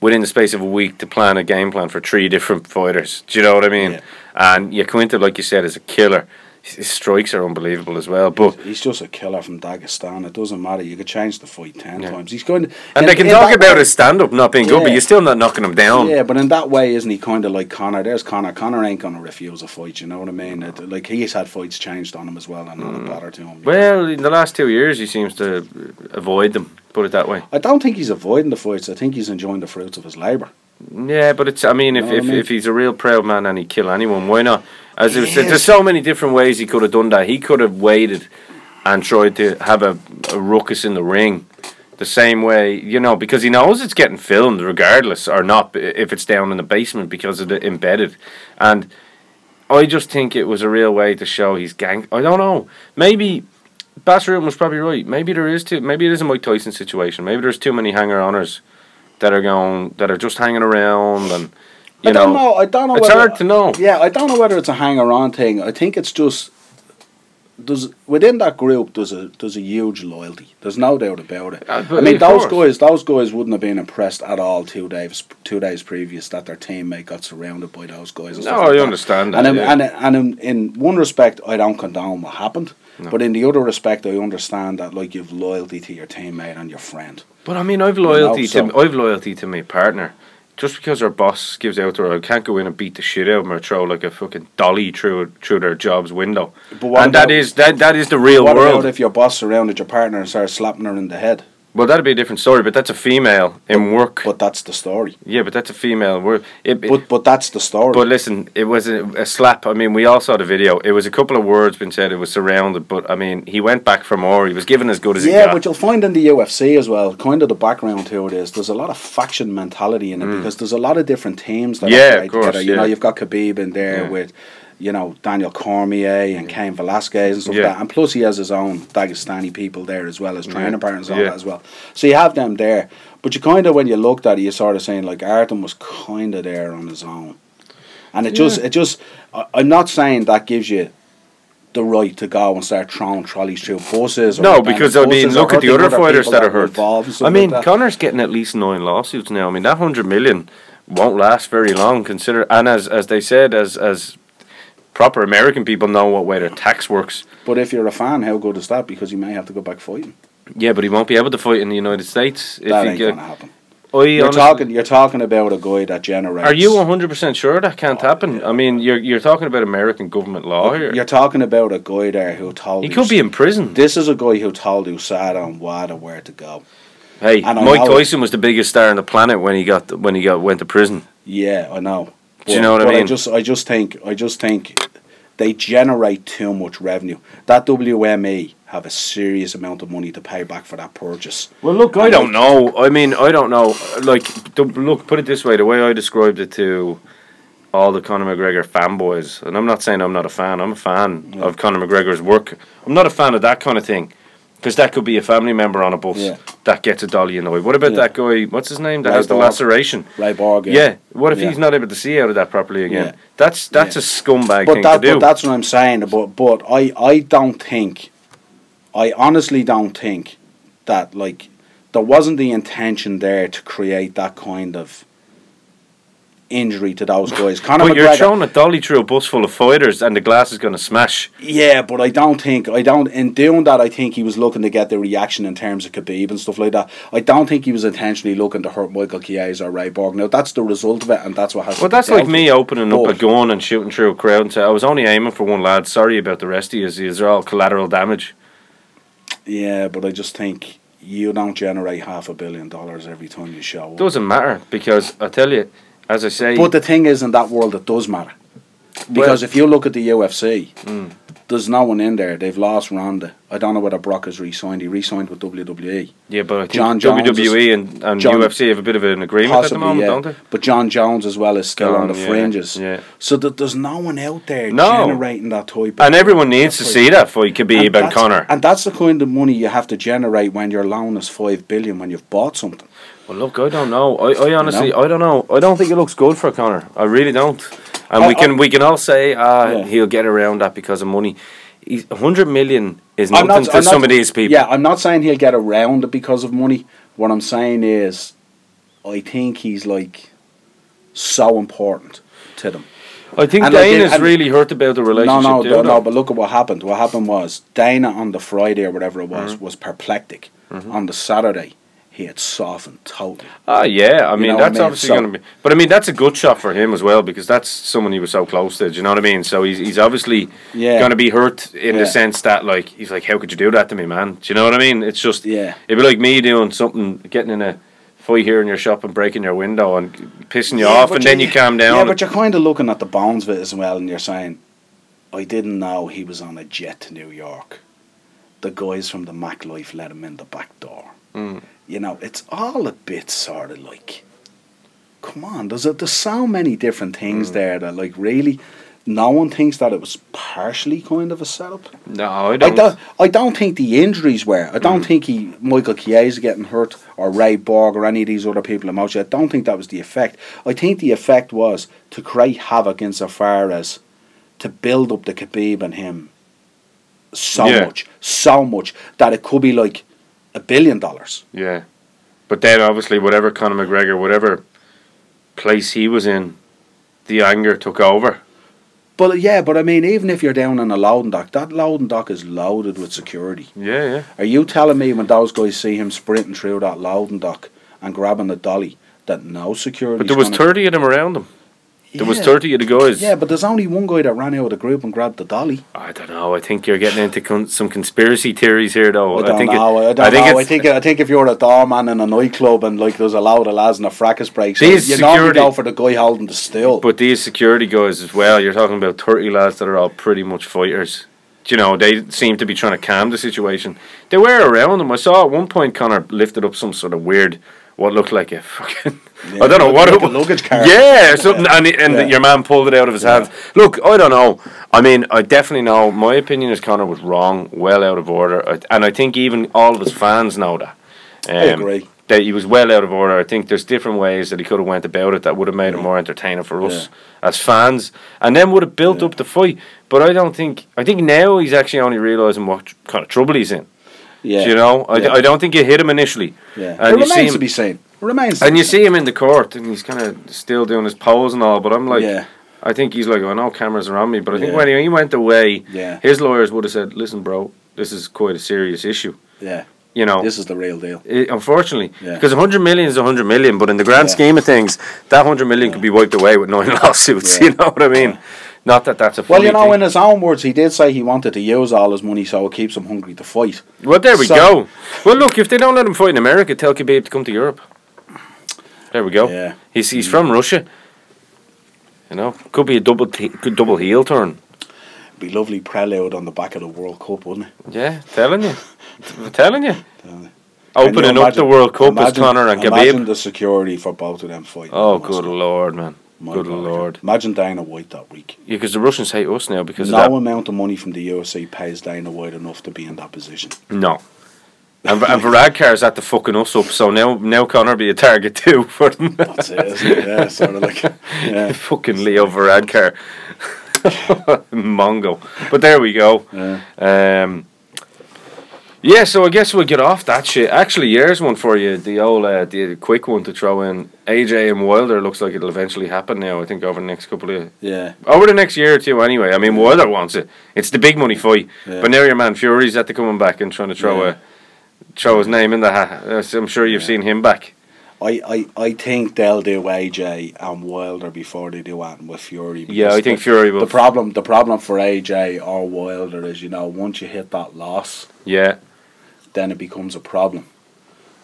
A: within the space of a week to plan a game plan for three different fighters. Do you know what I mean?
B: Yeah.
A: And Yaquinta, like you said, is a killer. His strikes are unbelievable as well, but
B: He's just a killer from Dagestan. It doesn't matter. You could change the fight ten
A: Yeah.
B: times. He's going to,
A: and they
B: in-
A: can
B: in
A: talk
B: that
A: about
B: way-
A: his stand-up not being good, but
B: Yeah.
A: you're still not knocking him down.
B: Yeah, but in that way, isn't he kind of like Connor? There's Connor. Connor ain't going to refuse a fight. You know what I mean? It, like he's had fights changed on him as well, and not a bother to him.
A: Mm. Well, in the last two years, he seems to avoid them. Put it that way.
B: I don't think he's avoiding the fights. I think he's enjoying the fruits of his labour.
A: Yeah, but it's. I mean, if
B: Know what I
A: if,
B: mean?
A: if he's a real proud man and he kill anyone, why not? As I
B: He
A: said, there's
B: is.
A: so many different ways he could have done that. He could have waited and tried to have a, a ruckus in the ring, the same way you know, because he knows it's getting filmed regardless or not. If it's down in the basement because of the embedded, and I just think it was a real way to show he's gang. I don't know. Maybe Bassroom was probably right. Maybe there is too. Maybe it is a Mike Tyson situation. Maybe there's too many hanger oners that are going that are just hanging around and you
B: I
A: know.
B: don't know. I don't know.
A: it's
B: whether,
A: hard to know.
B: Yeah, I don't know whether it's a hanger-on thing. I think it's just there's within that group there's a there's a huge loyalty. There's no doubt about it.
A: Uh,
B: I
A: but
B: mean,
A: of
B: those
A: course.
B: guys those guys wouldn't have been impressed at all two days two days previous that their teammate got surrounded by those guys. and
A: No,
B: stuff like
A: I
B: that.
A: understand that,
B: And in,
A: yeah.
B: and and in, in one respect, I don't condone what happened.
A: No.
B: But in the other respect, I understand that like you've loyalty to your teammate and your friend.
A: But I mean, I've loyalty
B: so-
A: to I've loyalty to my partner. just because our boss gives out to her, I can't go in and beat the shit out of them or throw like a fucking dolly through through their job's window.
B: But what
A: and that
B: about-
A: is that that is the real
B: What
A: world.
B: about if your boss surrounded your partner and started slapping her in the head?
A: well, that'd be a different story. But that's a female in work.
B: But that's the story.
A: yeah, but that's a female. in work. It,
B: But but that's the story.
A: But listen, it was a, a slap. I mean, we all saw the video. It was a couple of words been said. It was surrounded, but I mean, he went back for more. He was given as good as he
B: yeah,
A: got.
B: but you'll find in the UFC as well, kind of the background to it is there's a lot of faction mentality in it because there's a lot of different teams that
A: Mm. Yeah,
B: operate
A: of course,
B: together. You
A: yeah.
B: know, you've got Khabib in there
A: Yeah.
B: with, you know, Daniel Cormier and Cain Velasquez and stuff
A: Yeah.
B: like that. And plus he has his own Dagestani people there as well as training partners and all
A: yeah.
B: that as well. So you have them there. But you kind of, when you looked at it, you sort of saying like Artem was kind of there on his own. And it just, it just, I, I'm not saying that gives you the right to go and start throwing trolleys through buses. Or
A: no,
B: abandoning
A: because I mean,
B: buses or
A: look at the
B: hurting
A: other fighters
B: people
A: that are
B: were
A: hurt.
B: involved and stuff
A: I mean,
B: like that.
A: Connor's getting at least nine lawsuits now. I mean, that hundred million won't last very long. Consider and as as they said, as as proper American people know what way their tax works.
B: but if you're a fan, how good is that? Because you may have to go back fighting.
A: Yeah, but he won't be able to fight in the United States if
B: that
A: he
B: ain't
A: get-
B: gonna happen.
A: I
B: You're
A: honestly-
B: talking, you're talking about a guy that generates.
A: Are you one hundred percent sure that can't happen? I mean, you're you're talking about American government law here.
B: Oh, You're talking about a guy there who told.
A: He could be in prison.
B: This is a guy who told USADA and WADA where to go.
A: Hey,
B: And I
A: Mike
B: know-
A: Tyson was the biggest star on the planet when he got when he got went to prison.
B: Yeah, I know.
A: Do you know what I
B: but I
A: mean?
B: just, I just think, I just think they generate too much revenue. That WME have a serious amount of money to pay back for that purchase.
A: Well, look, I don't know. I mean, I don't know. Like, the, look, put it this way: the way I described it to all the Conor McGregor fanboys, and I'm not saying I'm not a fan. I'm a fan of Conor McGregor's work. I'm not a fan of that kind of thing. Because that could be a family member on a bus
B: Yeah.
A: that gets a dolly in the way. What about
B: Yeah.
A: that guy? What's his name? That
B: Ray
A: has the
B: Borg.
A: laceration.
B: Ray Borg.
A: Yeah. What if
B: Yeah.
A: he's not able to see out of that properly again?
B: Yeah.
A: That's that's
B: Yeah.
A: a scumbag
B: But,
A: thing
B: that,
A: to do.
B: but that's what I'm saying. But but I I don't think, I honestly don't think that like there wasn't the intention there to create that kind of injury to those guys. Conor
A: But you're
B: McGregor-
A: throwing a dolly through a bus full of fighters, and the glass is going to smash.
B: Yeah, but I don't think I don't in doing that. I think he was looking to get the reaction in terms of Khabib and stuff like that. I don't think he was intentionally looking to hurt Michael Chiesa or Ray Borg. Now that's the result of it, and that's what has.
A: Well,
B: to be
A: that's
B: dealt
A: like me
B: with.
A: opening up a
B: But-
A: gun and shooting through a crowd and say, "I was only aiming for one lad. Sorry about the rest of you. These are all collateral damage."
B: Yeah, but I just think you don't generate half a billion dollars every time you show up.
A: Doesn't matter because I tell you, as I say,
B: But the thing is, in that world, it does matter. Because if you look at the UFC,
A: Mm.
B: there's no one in there. They've lost Ronda. I don't know whether Brock has re-signed. He re-signed with E. WWE.
A: yeah, but I think
B: John Jones is-
A: WWE and, and
B: John-
A: UFC have a bit of an agreement at the moment,
B: yeah.
A: don't they?
B: But John Jones as well is still
A: Gone,
B: on the
A: yeah,
B: fringes.
A: yeah.
B: So that there's no one out there
A: No.
B: generating that type.
A: And everyone needs to
B: That's
A: see that for Khabib and,
B: that's-
A: Connor.
B: And that's the kind of money you have to generate when your loan is five billion when you've bought something.
A: well, look, I don't know. I, I honestly,
B: know?
A: I don't know. I don't think it looks good for Connor. I really don't. And
B: I-
A: we can we can all say, ah,
B: Oh, Yeah.
A: he'll get around that because of money. He's, 100 million is nothing to
B: I'm
A: some of these people.
B: Yeah, I'm not saying he'll get around it because of money. What I'm saying is, I think he's like so important to them.
A: I think
B: And like
A: Dane
B: they-
A: is
B: and-
A: really hurt about the
B: No,
A: relationship.
B: no,
A: too,
B: no,
A: though.
B: no. But look at what happened. What happened was Dana on the Friday or whatever it was
A: Mm-hmm.
B: was apoplectic. On the Saturday, he had softened totally.
A: Ah, yeah. I mean,
B: know what I
A: that's
B: mean?
A: obviously
B: So-
A: going to be. But I mean, that's a good shot for him as well because that's someone he was so close to. Do you know what I mean? So he's, he's obviously
B: Yeah.
A: going to be hurt in
B: Yeah.
A: the sense that, like, he's like, how could you do that to me, man? Do you know what I mean? It's just,
B: Yeah.
A: it'd be like me doing something, getting in a fight here in your shop and breaking your window and pissing you off,
B: but
A: and then you calm down.
B: Yeah, but you're kind of looking at the bones of it as well, and you're saying, I didn't know he was on a jet to New York. The guys from the Mac Life let him in the back door.
A: Hmm.
B: You know, it's all a bit sort of like, come on, there's, a, there's so many different things
A: Hmm.
B: there that, like, really, no one thinks that it was partially kind of a setup.
A: no, I
B: I
A: don't. Mm.
B: don't. I don't think the injuries were. I don't think he Michael Chiesa getting hurt or Ray Borg or any of these other people in Mojo. I don't think that was the effect. I think the effect was to create havoc insofar as to build up the Khabib and him so
A: Yeah.
B: much, so much that it could be like a billion dollars.
A: Yeah. But then obviously whatever Conor McGregor, whatever place he was in, the anger took over.
B: But yeah, but I mean, even if you're down on a loading dock, that loading dock is loaded with security.
A: Yeah, yeah.
B: Are you telling me when those guys see him sprinting through that loading dock and grabbing the dolly that no security.
A: But there was thirty of them around him. There was thirty of the guys.
B: Yeah, but there's only one guy that ran out of the group and grabbed the dolly.
A: I don't know. I think you're getting into con- some conspiracy theories here, though.
B: I don't
A: think it-
B: know. I don't
A: think
B: know. I
A: it's-
B: think I think if you're a doorman in a nightclub and like there's a load of lads and a fracas breaks, out,
A: These
B: you normally
A: security-
B: go for the guy holding the still.
A: But these security guys as well, you're talking about 30 lads that are all pretty much fighters. Do You know, they seem to be trying to calm the situation. They were around him. I saw at one point Connor lifted up some sort of weird, what looked like a fucking. <laughs> I don't know
B: like-
A: what it
B: like a
A: was.
B: luggage cart. <laughs>
A: Yeah, something, and, he- and
B: Yeah.
A: your man pulled it out of his hands. Look, I don't know. I mean, I definitely know. My opinion is Connor was wrong, well out of order, I- and I think even all of his fans know that. Um,
B: agree.
A: That he was well out of order. I think there's different ways that he could have went about it that would have made it more entertaining for us as fans, and then would have built up the fight. But I don't think. I think now he's actually only realizing what tr- kind of trouble he's in.
B: yeah,
A: Do you know, I,
B: Yeah.
A: I don't think you hit him initially.
B: yeah.
A: and
B: it
A: you see
B: remains
A: him-
B: to be seen. It remains. to
A: And
B: be
A: you see him in the court, and he's kind of still doing his pose and all. But I'm like,
B: Yeah.
A: I think he's like, I know cameras are on me, but I think
B: Yeah.
A: when he, he went away,
B: Yeah.
A: his lawyers would have said, "Listen, bro, this is quite a serious issue."
B: yeah,
A: You know,
B: this is the real deal.
A: it, unfortunately,
B: Yeah.
A: because 100 million is 100 million, but in the grand
B: Yeah.
A: scheme of things, that 100 million could be wiped away with nine <laughs> lawsuits.
B: Yeah.
A: You know what I mean? Not that that's a
B: Well,
A: funny
B: you know,
A: thing.
B: in his own words, he did say he wanted to use all his money so it keeps him hungry to fight.
A: well, there we
B: so-
A: go. Well, look, if they don't let him fight in America, tell Khabib to come to Europe. There we go.
B: Yeah. Mm.
A: He's he's from Russia. You know, could be a double t- good double heel turn.
B: Be lovely prelude on the back of the World Cup, wouldn't it?
A: Yeah, telling you, <laughs> T- telling you.
B: Telling you. Can you
A: Opening Oh, up the
B: imagine-
A: World Cup as
B: imagine-
A: Connor and
B: Imagine
A: Khabib.
B: the security for both of them fighting.
A: Oh,
B: That
A: good
B: was
A: lord, man.
B: my
A: Good
B: God.
A: lord.
B: Imagine Dana White that week.
A: Yeah, because the Russians hate us now because
B: No
A: of
B: amount of money from the UFC pays Dana White enough to be in that position.
A: that. No. And, Var- and Varadkar is at the fucking us up, so now now Connor be a target too <laughs> for them.
B: That's it, isn't it? Yeah, sort of like. Yeah.
A: fucking Leo Varadkar. <laughs> Mongo. But there we go.
B: Yeah.
A: Um, yeah, so I guess we'll get off that shit. Actually, here's one for you. The old, uh, the quick one to throw in. AJ and Wilder looks like it'll eventually happen now. I think over the next couple of <laughs>
B: Yeah.
A: over the next year or two. Anyway, I mean Wilder wants it. It's the big money fight.
B: Yeah.
A: But now your man Fury's at the coming back and trying to throw
B: Yeah.
A: a throw his name in the hat. Uh, so I'm sure you've seen him back.
B: I, I, I think they'll do AJ and Wilder before they do anything with Fury.
A: Yeah,
B: because
A: I think
B: the-
A: Fury will.
B: The problem, the problem for AJ or Wilder is, you know, once you hit that loss,
A: yeah,
B: then it becomes a problem.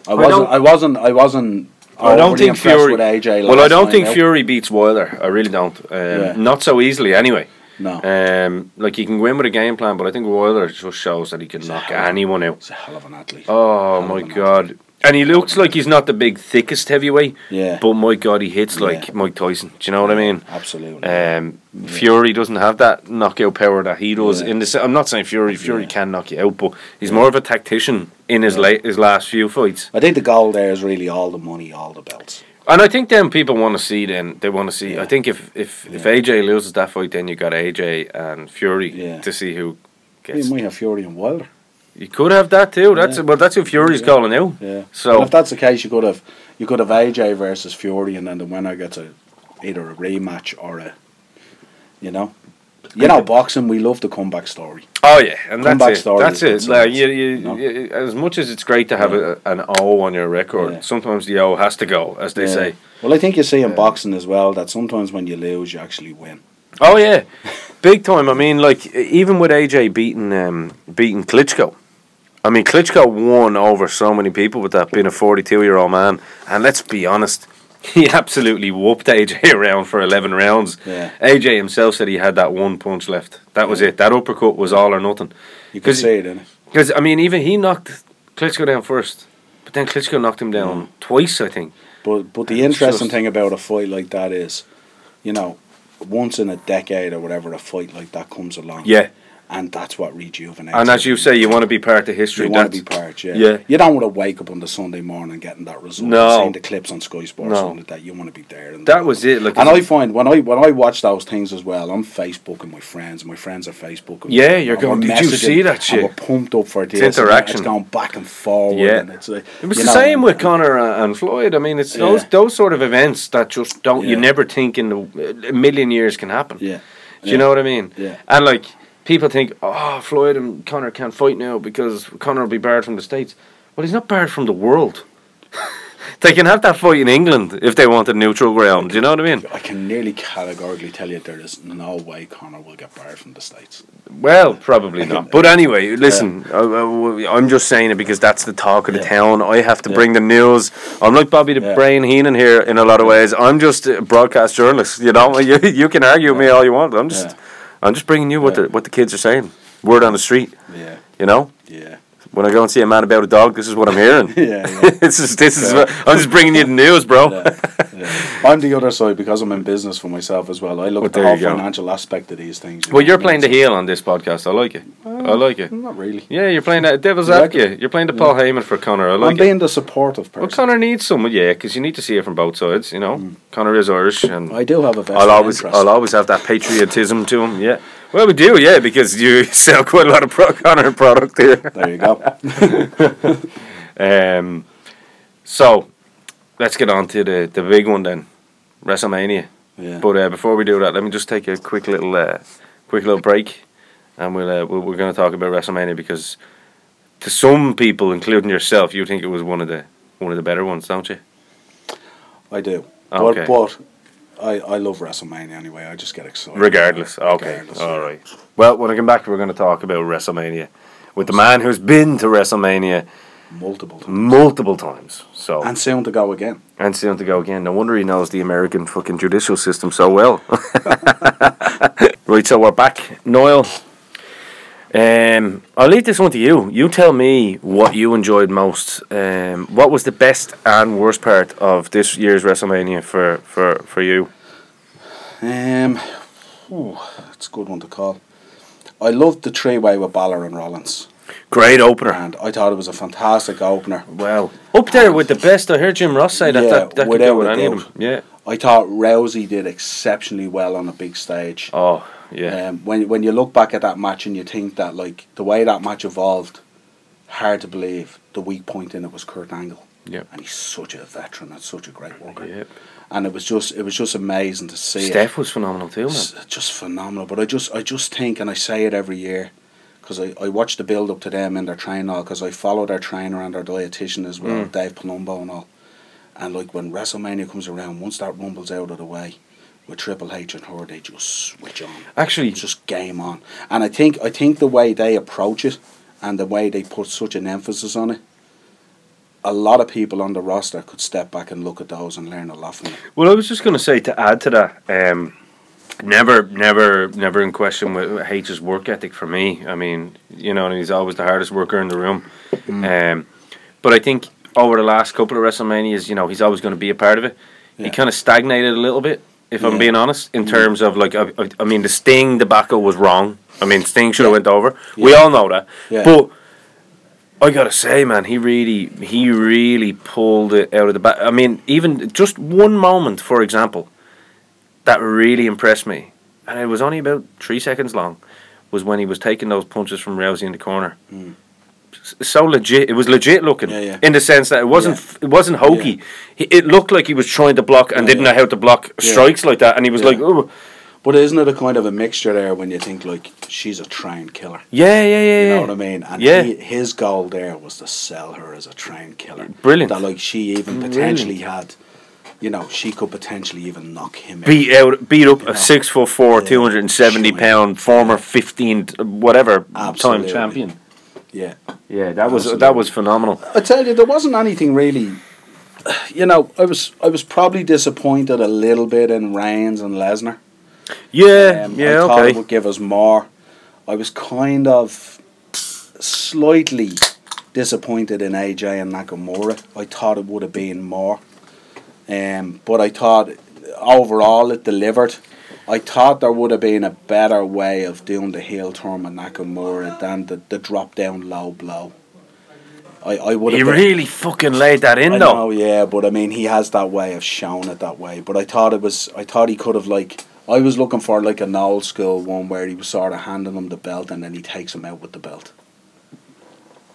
B: I
A: don't-
B: wasn't. I, wasn't. I wasn't.
A: I don't
B: overly
A: think
B: impressed
A: Fury.
B: With AJ
A: well, I
B: last
A: don't
B: night
A: think
B: out.
A: Fury beats Wilder. I really don't. Um,
B: Yeah.
A: Not so easily, anyway.
B: No,
A: Um, like he can win with a game plan, but I think Wilder just shows that he can knock
B: hell of a-
A: anyone out.
B: he's a hell of an athlete.
A: Oh my god! And he looks like he's not the big thickest heavyweight.
B: Yeah.
A: But my god, he hits
B: Yeah.
A: like Mike Tyson. Do you know what I mean?
B: Absolutely.
A: Um, Fury doesn't have that knockout power that he does.
B: Yeah.
A: In the, se- I'm not saying Fury. Fury
B: Yeah.
A: can knock you out, but he's more of a tactician in his
B: Yeah.
A: late his last few fights.
B: I think the goal there is really all the money, all the belts.
A: And I think then people want to see. Then they want to see.
B: Yeah.
A: I think if if, if
B: Yeah.
A: AJ loses that fight, then you got AJ and Fury
B: Yeah.
A: to see who
B: We
A: gets.
B: might have Fury and Wilder.
A: You could have that too. That's
B: Yeah.
A: well. That's who Fury's
B: Yeah.
A: calling out.
B: Yeah.
A: So
B: and if that's the case, you could have you could have AJ versus Fury, and then the winner gets a either a rematch or a, you know, you know, boxing. We love the comeback story.
A: oh yeah, and
B: Comeback
A: that's it.
B: story
A: That's
B: is
A: it.
B: good
A: Like
B: sense,
A: you, you,
B: you know?
A: you- as much as it's great to have a, an O on your record,
B: Yeah.
A: sometimes the O has to go, as they
B: Yeah.
A: say.
B: Well, I think you see in boxing as well that sometimes when you lose, you actually win.
A: Oh yeah, big time. I mean, like e- even with AJ beating um, beating Klitschko, I mean Klitschko won over so many people with that being a forty two year old man. And let's be honest, <laughs> he absolutely whooped AJ around for eleven rounds.
B: Yeah.
A: AJ himself said he had that one punch left. That was it. That uppercut was all or nothing.
B: You could
A: 'Cause-
B: see it in it.
A: Because I mean, even he knocked Klitschko down first, but then Klitschko knocked him down
B: Mm.
A: twice. I think.
B: But but the
A: It's
B: interesting
A: just-
B: thing about a fight like that is, you know, once in a decade or whatever, a fight like that comes along.
A: Yeah.
B: And that's what rejuvenates.
A: And as you
B: everything.
A: say, you want to be part of history.
B: you want to
A: That's-
B: be part. Yeah.
A: yeah.
B: You don't want to wake up on the Sunday morning getting that result.
A: No.
B: Seeing the clips on Sky Sports
A: No.
B: and all of that, you want to be there. And
A: That was it. Like,
B: And I find when I when I watch those things as well, I'm Facebooking my friends. My friends are Facebooking. me,
A: Yeah, you're
B: and we're
A: going, "Did you
B: messaging,
A: see that
B: and
A: shit?"
B: we're pumped up for this. and
A: interaction.
B: It's going back and forward.
A: Yeah.
B: And it's, uh,
A: It was
B: you
A: the
B: know,
A: same
B: and-
A: with Connor a- and Floyd. I mean, it's
B: Yeah.
A: those those sort of events that just don't you
B: Yeah.
A: never think in the, a million years can happen.
B: Yeah.
A: Do you know what I mean?
B: Yeah.
A: And like people think, oh, Floyd and Connor can't fight now because Connor will be barred from the states. Well, he's not barred from the world. <laughs> They can have that fight in England if they want a neutral ground. Do you know what I mean?
B: I can nearly categorically tell you there is no way Connor will get barred from the States.
A: Well, <laughs> probably not. But anyway, listen, I- I, am just saying it because that's the talk of the
B: Yeah.
A: town. I have to
B: Yeah.
A: bring the news. I'm like Bobby the
B: Yeah.
A: Brain Heenan here in a lot of ways. I'm just a broadcast journalist. You know, <laughs> you, you can argue with me all you want. I'm just,
B: Yeah.
A: I'm just bringing you what
B: Yeah.
A: the what the kids are saying. Word on the street.
B: Yeah,
A: You know,
B: yeah,
A: when I go and see a man about a dog, this is what I'm hearing.
B: <laughs> Yeah, yeah.
A: <laughs> this is this is.
B: Yeah.
A: what- I'm just bringing you the news, bro.
B: yeah, <laughs> yeah. I'm the other side because I'm in business for myself as well. I look
A: Well,
B: at the
A: there
B: whole
A: you go.
B: financial aspect of these things. you
A: <laughs> Well,
B: know
A: you're
B: what I mean?
A: playing the heel on this podcast. I like it. I like
B: <laughs>
A: it.
B: Not really.
A: Yeah, you're playing that devil's
B: You like
A: advocate. You're playing the Paul Heyman for Connor. I like
B: I'm
A: it.
B: being the supportive
A: Well,
B: person.
A: Connor needs someone, yeah, because you need to see it from both sides. You know, Connor is Irish, and
B: Mm. I do have a vested
A: I'll always,
B: interest.
A: I'll always have that patriotism to him. Yeah, well, we do, yeah, because you <laughs> sell quite a lot of pro- Connor product here.
B: there you
A: <laughs>
B: go.
A: Um, so let's get on to the the big one then, WrestleMania.
B: Yeah.
A: But uh, before we do that, let me just take a quick little, uh, quick little break, and we'll, uh, we'll we're going to talk about WrestleMania because to some people, including yourself, you think it was one of the one of the better ones, don't you?
B: I do.
A: Okay.
B: But, but I, I love WrestleMania anyway. I just get excited.
A: Regardless. Okay.
B: Regardless.
A: All right. Well, when I come back, we're going to talk about WrestleMania with the man who's been to WrestleMania
B: Multiple times.
A: multiple times. So
B: And soon to go again.
A: and soon to go again. No wonder he knows the American fucking judicial system so well. <laughs> right. So we're back, Noel. Um, I'll leave this one to you. You tell me what you enjoyed most. Um, what was the best and worst part of this year's WrestleMania for for for you?
B: Um, ooh, it's a good one to call. I loved the three way with Balor and Rollins,
A: Great opener.
B: and I thought it was a fantastic opener.
A: Well, up there with the best. I heard Jim Ross say that
B: Yeah,
A: that, that could
B: without
A: go with
B: a
A: any of
B: doubt.
A: them. Yeah.
B: I thought Rousey did exceptionally well on a big stage.
A: Oh, yeah.
B: Um, when when you look back at that match and you think that like the way that match evolved, hard to believe the weak point in it was Kurt Angle.
A: Yep.
B: and he's such a veteran and such a great worker.
A: Yep.
B: and it was just it was just amazing to see. it.
A: Steph was phenomenal too, man.
B: It's just phenomenal. But I just I just think, and I say it every year, because I, I watch the build up to them and their train all, because I follow their trainer and their dietitian as well, Dave Palumbo and all. And like when WrestleMania comes around, once that rumble's out of the way, with Triple H and her, they just switch on.
A: Actually,
B: It's just game on. And I think I think the way they approach it and the way they put such an emphasis on it. A lot of people on the roster could step back and look at those and learn a lot from it.
A: well, I was just going to say to add to that, um, never, never, never in question with H's work ethic for me. I mean, you know, he's always the hardest worker in the room.
B: Mm.
A: Um, but I think over the last couple of WrestleManias, you know, he's always going to be a part of it. He
B: Yeah.
A: kind of stagnated a little bit, if I'm
B: Yeah. Mm.
A: being honest, in terms of like, I, I- I mean, the Sting debacle was wrong. I mean, Sting should have went over. We all know that.
B: Yeah.
A: But I gotta say, man, he really, he really pulled it out of the back. I mean, even just one moment, for example, that really impressed me, and it was only about three seconds long, was when he was taking those punches from Rousey in the corner. S- So legit, it was legit looking
B: Mm. Yeah, yeah.
A: in the sense that it wasn't,
B: Yeah.
A: f it wasn't hokey. He, it looked like he was trying to block and
B: Yeah,
A: didn't
B: yeah.
A: know how to block
B: Yeah.
A: strikes like that, and he was
B: Yeah.
A: like, "Oh,
B: But isn't it a kind of a mixture there when you think like she's a trained killer?
A: yeah, yeah, yeah."
B: You
A: yeah.
B: know what I mean? And
A: Yeah.
B: he, his goal there was to sell her as a trained killer.
A: Brilliant.
B: That like she even potentially had, you know, she could potentially even knock him out.
A: beat out, beat up
B: know.
A: a six foot four,
B: Yeah.
A: two hundred and seventy
B: Sure.
A: pound former fifteen whatever
B: Absolutely.
A: time champion.
B: Yeah.
A: Yeah, that was
B: Absolutely.
A: that was phenomenal.
B: I tell you, there wasn't anything really. You know, I was I was probably disappointed a little bit in Reigns and Lesnar.
A: Yeah,
B: Um, I
A: yeah,
B: thought
A: okay.
B: it would give us more. I was kind of slightly disappointed in AJ and Nakamura. I thought it would have been more. Um, but I thought overall it delivered. I thought there would have been a better way of doing the heel turn with Nakamura than the, the drop down low blow. I, I would
A: He
B: have been-
A: really fucking laid that in
B: I
A: though.
B: know, yeah, but I mean, he has that way of showing it that way. But I thought it was, I thought he could have like, I was looking for like an old school one where he was sort of handing him the belt and then he takes him out with the belt.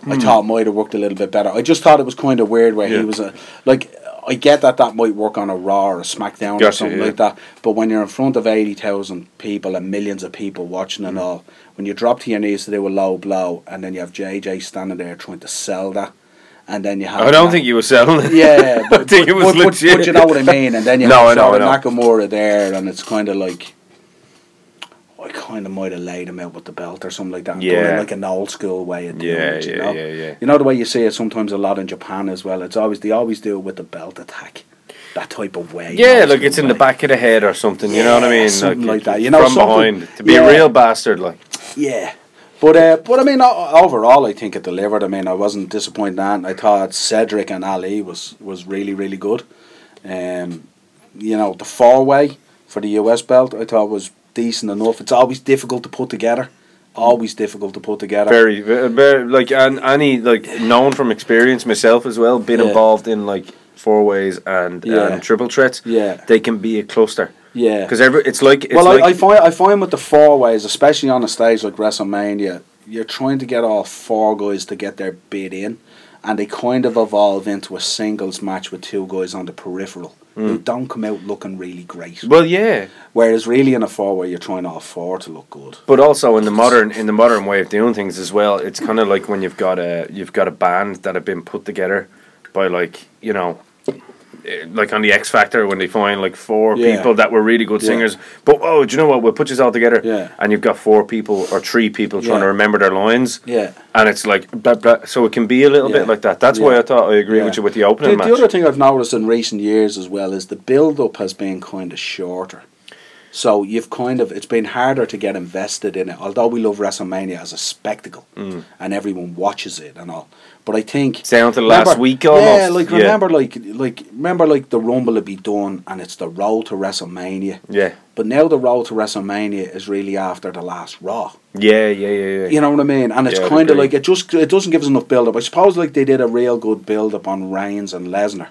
B: I thought it might have worked a little bit better. I just thought it was kind of weird where
A: Hmm. Yeah.
B: he was a like. I get that that might work on a Raw or a SmackDown or
A: Gotcha,
B: something
A: yeah.
B: like that, but when you're in front of eighty thousand people and millions of people watching
A: Hmm.
B: and all, when you drop to your knees to do a low blow and then you have JJ standing there trying to sell that, and then you have.
A: I don't think you were selling it.
B: <laughs> Yeah,
A: I think it was
B: but, but,
A: legit.
B: but you know what I mean. And then you
A: No,
B: have
A: I know,
B: Sorry
A: I know.
B: Nakamura there, and it's kind of like I kind of might have laid him out with the belt or something like that. and done it
A: Yeah.
B: like an old school way of doing
A: Yeah,
B: it. You
A: yeah,
B: know?
A: yeah, yeah.
B: You know the way you see it sometimes a lot in Japan as well. It's always they always do it with the belt attack, that type of way.
A: <laughs> Yeah,
B: old
A: like it's
B: school
A: in the
B: way.
A: back of the head or something. You know what I
B: Yeah,
A: mean?
B: something like that, you know,
A: from
B: something-
A: behind to be a
B: yeah.
A: real bastard. Like
B: Yeah. But, uh, but I mean, o- overall, I think it delivered. I mean, I wasn't disappointed in that. I thought Cedric and Ali was, was really, really good. Um, you know, the four way for the US belt, I thought was decent enough. It's always difficult to put together. Always difficult to put together.
A: very, ve- very like and any like known from experience myself as well. Been
B: Yeah.
A: involved in like four ways and,
B: Yeah.
A: and triple threats.
B: Yeah.
A: they can be a cluster
B: yeah.
A: because every it's like it's
B: well,
A: like
B: I, I find I find with the four ways, especially on a stage like WrestleMania, you're trying to get all four guys to get their bid in, and they kind of evolve into a singles match with two guys on the peripheral who
A: Hmm.
B: don't come out looking really great.
A: well yeah.
B: Whereas really in a four way, you're trying all four to look good.
A: But also in the modern in the modern way of doing things as well, it's kind of like when you've got a you've got a band that have been put together by like you know, eh, like on the X Factor when they find like four
B: Yeah.
A: people that were really good
B: Yeah.
A: singers. But oh, do you know what? We'll put you all together,
B: Yeah.
A: and you've got four people or three people trying to
B: Yeah.
A: remember their lines.
B: Yeah.
A: And it's like, blah, blah, so it can be a little
B: Yeah.
A: bit like that. That's why
B: Yeah.
A: I thought I agree
B: Yeah.
A: with you with the
B: The,
A: opening
B: the
A: match.
B: other thing I've noticed in recent years as well is the build up has been kind of shorter. So you've kind of it's been harder to get invested in it. Although we love WrestleMania as a spectacle
A: Mm.
B: and everyone watches it and all. But I think
A: It's down to last week almost.
B: Yeah, like
A: Yeah.
B: remember like like remember like the rumble would be done and it's the road to WrestleMania.
A: yeah.
B: But now the road to WrestleMania is really after the last Raw.
A: Yeah, yeah, yeah, yeah.
B: You know what I mean? And it's
A: Yeah, I'd
B: kind of
A: agree.
B: like it just it doesn't give us enough build up. I suppose like they did a real good build up on Reigns and Lesnar,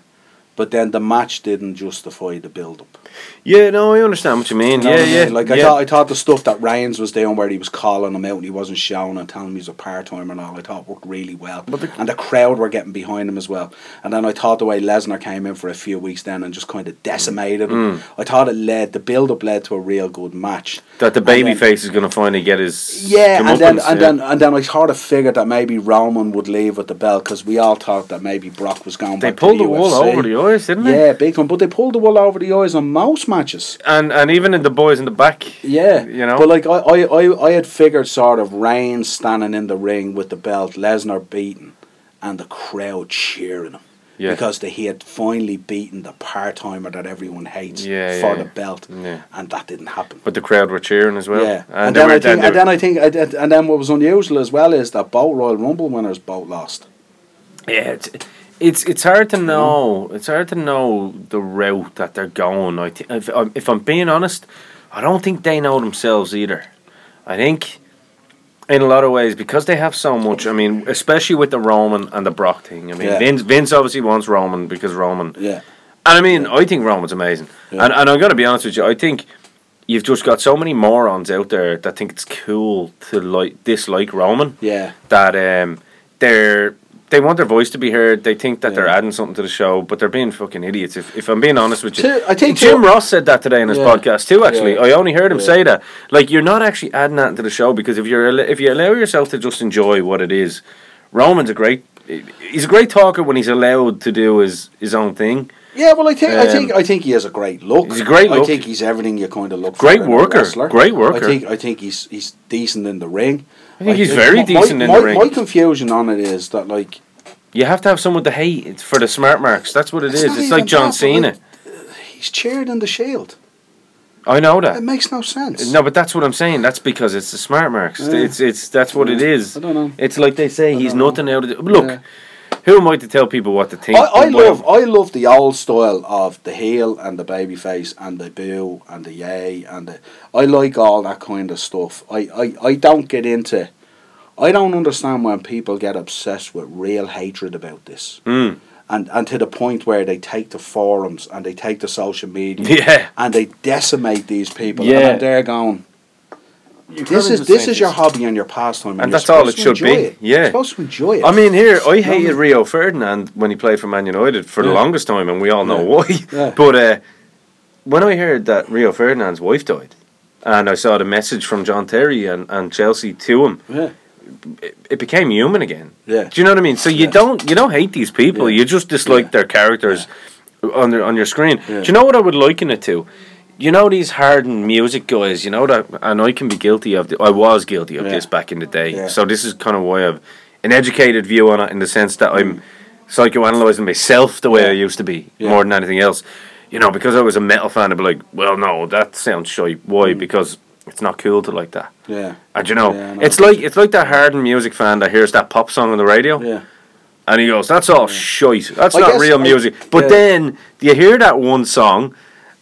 B: but then the match didn't justify the build up.
A: yeah, no, I understand what you mean.
B: You
A: yeah,
B: know what I
A: yeah.
B: mean? Like I
A: yeah.
B: thought, I thought the stuff that Reigns was doing where he was calling him out and he wasn't shouting and telling him he's a part timer and all, I thought worked really well. and the crowd were getting behind him as well. And then I thought the way Lesnar came in for a few weeks then and just kind of decimated
A: Mm.
B: him. I thought it led the build up led to a real good match.
A: that the
B: And then-
A: baby face is going to finally get his
B: yeah, and then
A: comeuppance,
B: and
A: yeah.
B: then and then I sort of figured that maybe Roman would leave with the belt because we all thought that maybe Brock was going.
A: They
B: back
A: pulled the
B: to the
A: wool
B: UFC.
A: over the eyes, didn't they?
B: Yeah, big time. But they pulled the wool over the eyes on most matches.
A: And and even in the boys in the back.
B: Yeah,
A: You know?
B: But like I, I, I, I had figured sort of Reigns standing in the ring with the belt, Lesnar beaten, and the crowd cheering him.
A: Yeah.
B: Because they, he had finally beaten the part timer that everyone hates
A: Yeah, yeah,
B: for
A: Mm.
B: the belt,
A: yeah.
B: and that didn't happen.
A: But the crowd were cheering as well.
B: Yeah, and,
A: And, they
B: then,
A: were,
B: I think,
A: they
B: and then
A: were-
B: I think, I did- and then what was unusual as well is that both Royal Rumble winners both lost.
A: yeah, it's, it's it's hard to know. It's hard to know the route that they're going. I th- if I'm, if I'm being honest, I don't think they know themselves either. I think in a lot of ways because they have so much. I mean, especially with the Roman and the Brock thing. I mean,
B: Yeah.
A: Vince Vince obviously wants Roman because Roman
B: Yeah,
A: And I mean, I think Roman's amazing.
B: Yeah.
A: And and I'm gonna be honest with you, I think you've just got so many morons out there that think it's cool to like dislike Roman
B: yeah,
A: that um they're they want their voice to be heard. They think that they're
B: Yeah.
A: adding something to the show, but they're being fucking idiots. If, if I'm being honest with you,
B: Two- I think
A: Jim
B: two-
A: Ross said that today in his
B: Yeah.
A: podcast too. Actually,
B: Yeah.
A: I only heard him
B: Yeah.
A: say that. Like, you're not actually adding that to the show because if you're al- if you allow yourself to just enjoy what it is, Roman's a great. He's a great talker when he's allowed to do his his own thing.
B: yeah. Well, I think, I think,
A: Um,
B: I think he has a great look.
A: he's a great
B: I
A: look.
B: think he's everything you kind of look.
A: Great
B: for in a
A: worker,
B: wrestler.
A: great worker.
B: I think, I think he's he's decent in the ring. I
A: think he's very
B: my-
A: decent in
B: my-
A: the ring.
B: My confusion on it is that like
A: You have to have someone to hate it for the smart marks. That's what it
B: It's
A: is.
B: not
A: It's like
B: even
A: John
B: that, but,
A: Cena.
B: like, he's cheered in the Shield.
A: I know that.
B: It makes no sense.
A: No, but that's what I'm saying. That's because it's the smart marks.
B: Yeah.
A: It's it's that's what it
B: Yeah.
A: is.
B: I don't know.
A: It's like they say he's
B: don't know.
A: nothing out of the look. Who am I to tell people what to think?
B: I, I
A: But
B: love I love the old style of the heel and the baby face and the boo and the yay and the I like all that kind of stuff. I, I, I don't get into I don't understand when people get obsessed with real hatred about this.
A: Mm.
B: And and to the point where they take the forums and they take the social media
A: Yeah.
B: and they decimate these people
A: Yeah.
B: and I'm there going this is this is your hobby and your pastime, and,
A: And
B: you're
A: that's all
B: supposed
A: it
B: to
A: should be.
B: enjoy It.
A: Yeah.
B: you're supposed to enjoy it.
A: I mean, here I
B: I
A: hated
B: mean-
A: Rio Ferdinand when he played for Man United for the
B: Yeah.
A: longest time, and we all know
B: Yeah.
A: why.
B: Yeah.
A: <laughs> But uh, when I heard that Rio Ferdinand's wife died, and I saw the message from John Terry and, and Chelsea to him,
B: yeah,
A: it, it became human again.
B: Yeah.
A: Do you know what I mean? So you
B: Yeah.
A: don't you don't hate these people.
B: Yeah.
A: You just dislike
B: Yeah.
A: their characters on their on your screen.
B: Yeah.
A: Do you know what I would liken it to? You know these hardened music guys. You know that, and I can be guilty of. The, I was guilty of
B: Yeah.
A: this back in the day.
B: Yeah.
A: So this is kind of why I've an educated view on it in the sense that I'm psychoanalyzing myself the way I
B: Mm. Yeah.
A: used to be
B: Yeah.
A: more than anything else. You know, because I was a metal fan, I'd be like, "Well, no, that sounds shy. Why? Because it's not cool to like that."
B: Yeah.
A: And you know,
B: Mm. Yeah, I know.
A: it's like it's like that hardened music fan that hears that pop song on the radio,
B: Yeah.
A: and he goes, "That's all shite. That's
B: I
A: not
B: guess
A: real
B: I-
A: music." but
B: yeah.
A: then you hear that one song,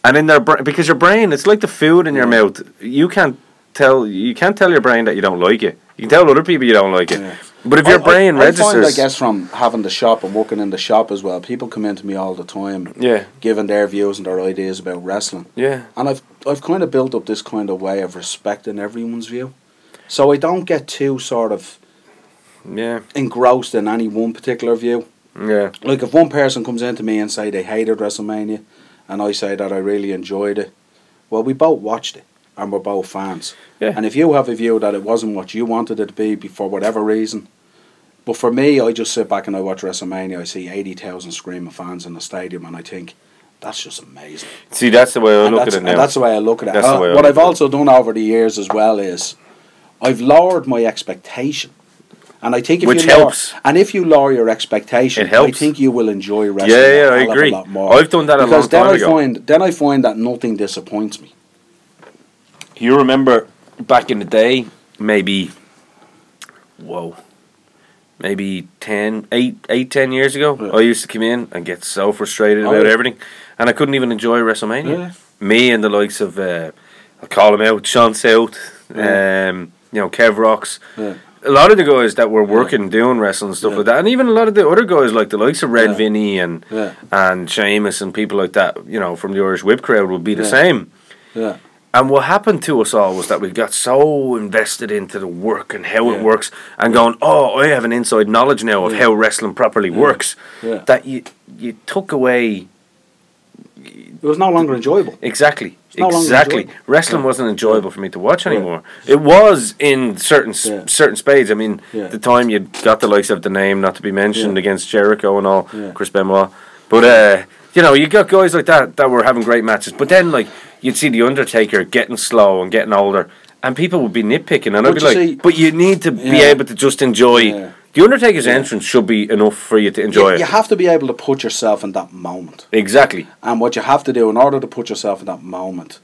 A: and in their bra- because your brain, it's like the food in your
B: Yeah.
A: mouth. You can't tell you can't tell your brain that you don't like it. You can tell other people you don't like it,
B: Yeah.
A: but if your
B: I- I-
A: brain registers,
B: I, find, I guess from having the shop and working in the shop as well, people come into me all the time,
A: yeah,
B: giving their views and their ideas about wrestling.
A: yeah,
B: And I've I've kind of built up this kind of way of respecting everyone's view, so I don't get too sort of
A: yeah,
B: engrossed in any one particular view.
A: yeah,
B: Like if one person comes into me and say they hated WrestleMania, and I say that I really enjoyed it, well, we both watched it and we're both fans.
A: Yeah.
B: And if you have a view that it wasn't what you wanted it to be be- for whatever reason, but for me, I just sit back and I watch WrestleMania. I see eighty thousand screaming fans in the stadium, and I think that's just amazing.
A: See, that's the way I
B: And
A: look at
B: that's,
A: it
B: and
A: now.
B: that's the way I look at it.
A: That's the
B: Uh,
A: way I
B: what
A: look
B: I've
A: at it.
B: also done over the years as well is I've lowered my expectation. And I think if
A: Which
B: you lower,
A: helps.
B: and if you lower your expectation,
A: It helps.
B: I think you will enjoy wrestling.
A: Yeah, yeah,
B: a
A: I
B: hell of
A: agree.
B: A lot more.
A: I've done that a
B: because
A: long
B: then
A: time
B: I
A: ago.
B: find then I find that nothing disappoints me.
A: You remember back in the day, maybe, whoa, maybe 10, 8, 8 10 years ago,
B: Yeah.
A: I used to come in and get so frustrated
B: Oh,
A: about
B: yeah.
A: everything. And I couldn't even enjoy WrestleMania.
B: Yeah.
A: Me and the likes of, uh, I'll call him out, Sean South,
B: Yeah.
A: um, you know, Kev Rocks.
B: Yeah.
A: A lot of the guys that were working, doing wrestling and stuff
B: Yeah.
A: like that, and even a lot of the other guys, like the likes of Red
B: Yeah.
A: Vinny and
B: Yeah.
A: and Seamus and people like that, you know, from the Irish Whip crowd, would be the
B: Yeah.
A: same.
B: Yeah,
A: And what happened to us all was that we got so invested into the work and how it
B: Yeah.
A: works, and going, "Oh, I have an inside knowledge now of
B: Yeah.
A: how wrestling properly works,"
B: Yeah.
A: that you you took away
B: it was no longer enjoyable.
A: exactly,
B: no longer
A: exactly.
B: enjoyable.
A: Wrestling
B: Yeah.
A: wasn't enjoyable for me to watch
B: Yeah.
A: anymore. It was in certain s
B: Yeah.
A: certain spades. I mean,
B: Yeah.
A: the time you got the likes of the name not to be mentioned
B: Yeah.
A: against Jericho and all,
B: Yeah.
A: Chris Benoit, but uh, you know, you got guys like that that were having great matches, but then like you'd see the Undertaker getting slow and getting older, and people would be nitpicking, and I'd
B: But
A: be
B: you
A: like,
B: see-
A: but you need to be
B: Yeah.
A: able to just enjoy.
B: Yeah.
A: The Undertaker's
B: Yeah.
A: entrance should be enough for you to enjoy
B: You,
A: it.
B: you have to be able to put yourself in that moment,
A: exactly.
B: and what you have to do in order to put yourself in that moment,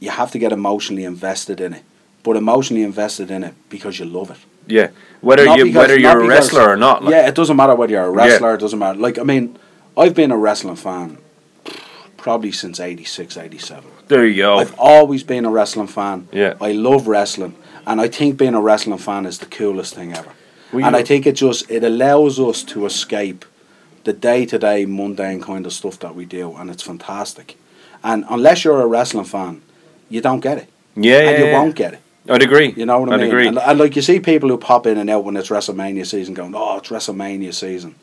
B: you have to get emotionally invested in it. But emotionally invested in it because you love it.
A: Yeah. Whether
B: Not
A: you
B: because-
A: whether
B: not
A: you're a
B: because-
A: wrestler or not. Like,
B: yeah, it doesn't matter whether you're a wrestler. It doesn't matter. Like I mean, I've been a wrestling fan probably since 86, 87.
A: There you go.
B: I've always been a wrestling fan.
A: Oh. Yeah.
B: I love wrestling, and I think being a wrestling fan is the coolest thing ever.
A: Well,
B: and
A: you-
B: I think it just it allows us to escape the day to day mundane kind of stuff that we do, and it's fantastic. And unless you're a wrestling fan, you don't get it,
A: yeah,
B: and
A: yeah,
B: you
A: yeah.
B: won't get it.
A: I'd agree.
B: You know what I
A: I'd
B: mean?
A: agree.
B: And, and like you see people who pop in and out when it's WrestleMania season going, oh, it's WrestleMania season.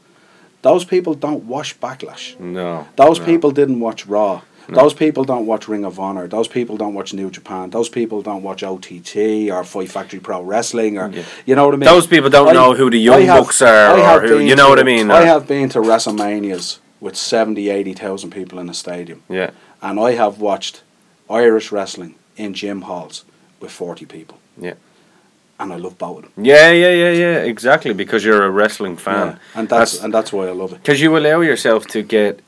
B: Those people don't watch Backlash.
A: no.
B: Those
A: no.
B: people didn't watch Raw. Those people don't watch Ring of Honor. Those people don't watch New Japan. Those people don't watch OTT or Fight Factory Pro Wrestling or
A: Yeah.
B: you know what I mean.
A: Those people don't
B: I-
A: know who the
B: I
A: Young
B: have-
A: Bucks are,
B: I have
A: or who,
B: been
A: you know what I
B: to-
A: mean.
B: I
A: or-
B: have been to WrestleManias with 70, 80,000 people in a stadium,
A: Yeah.
B: and I have watched Irish wrestling in gym halls with forty people.
A: Yeah.
B: and I love both of them.
A: Yeah, yeah, yeah, yeah. Exactly, because you're a wrestling fan,
B: Yeah, and that's, and that's why I love it.
A: because you allow yourself to get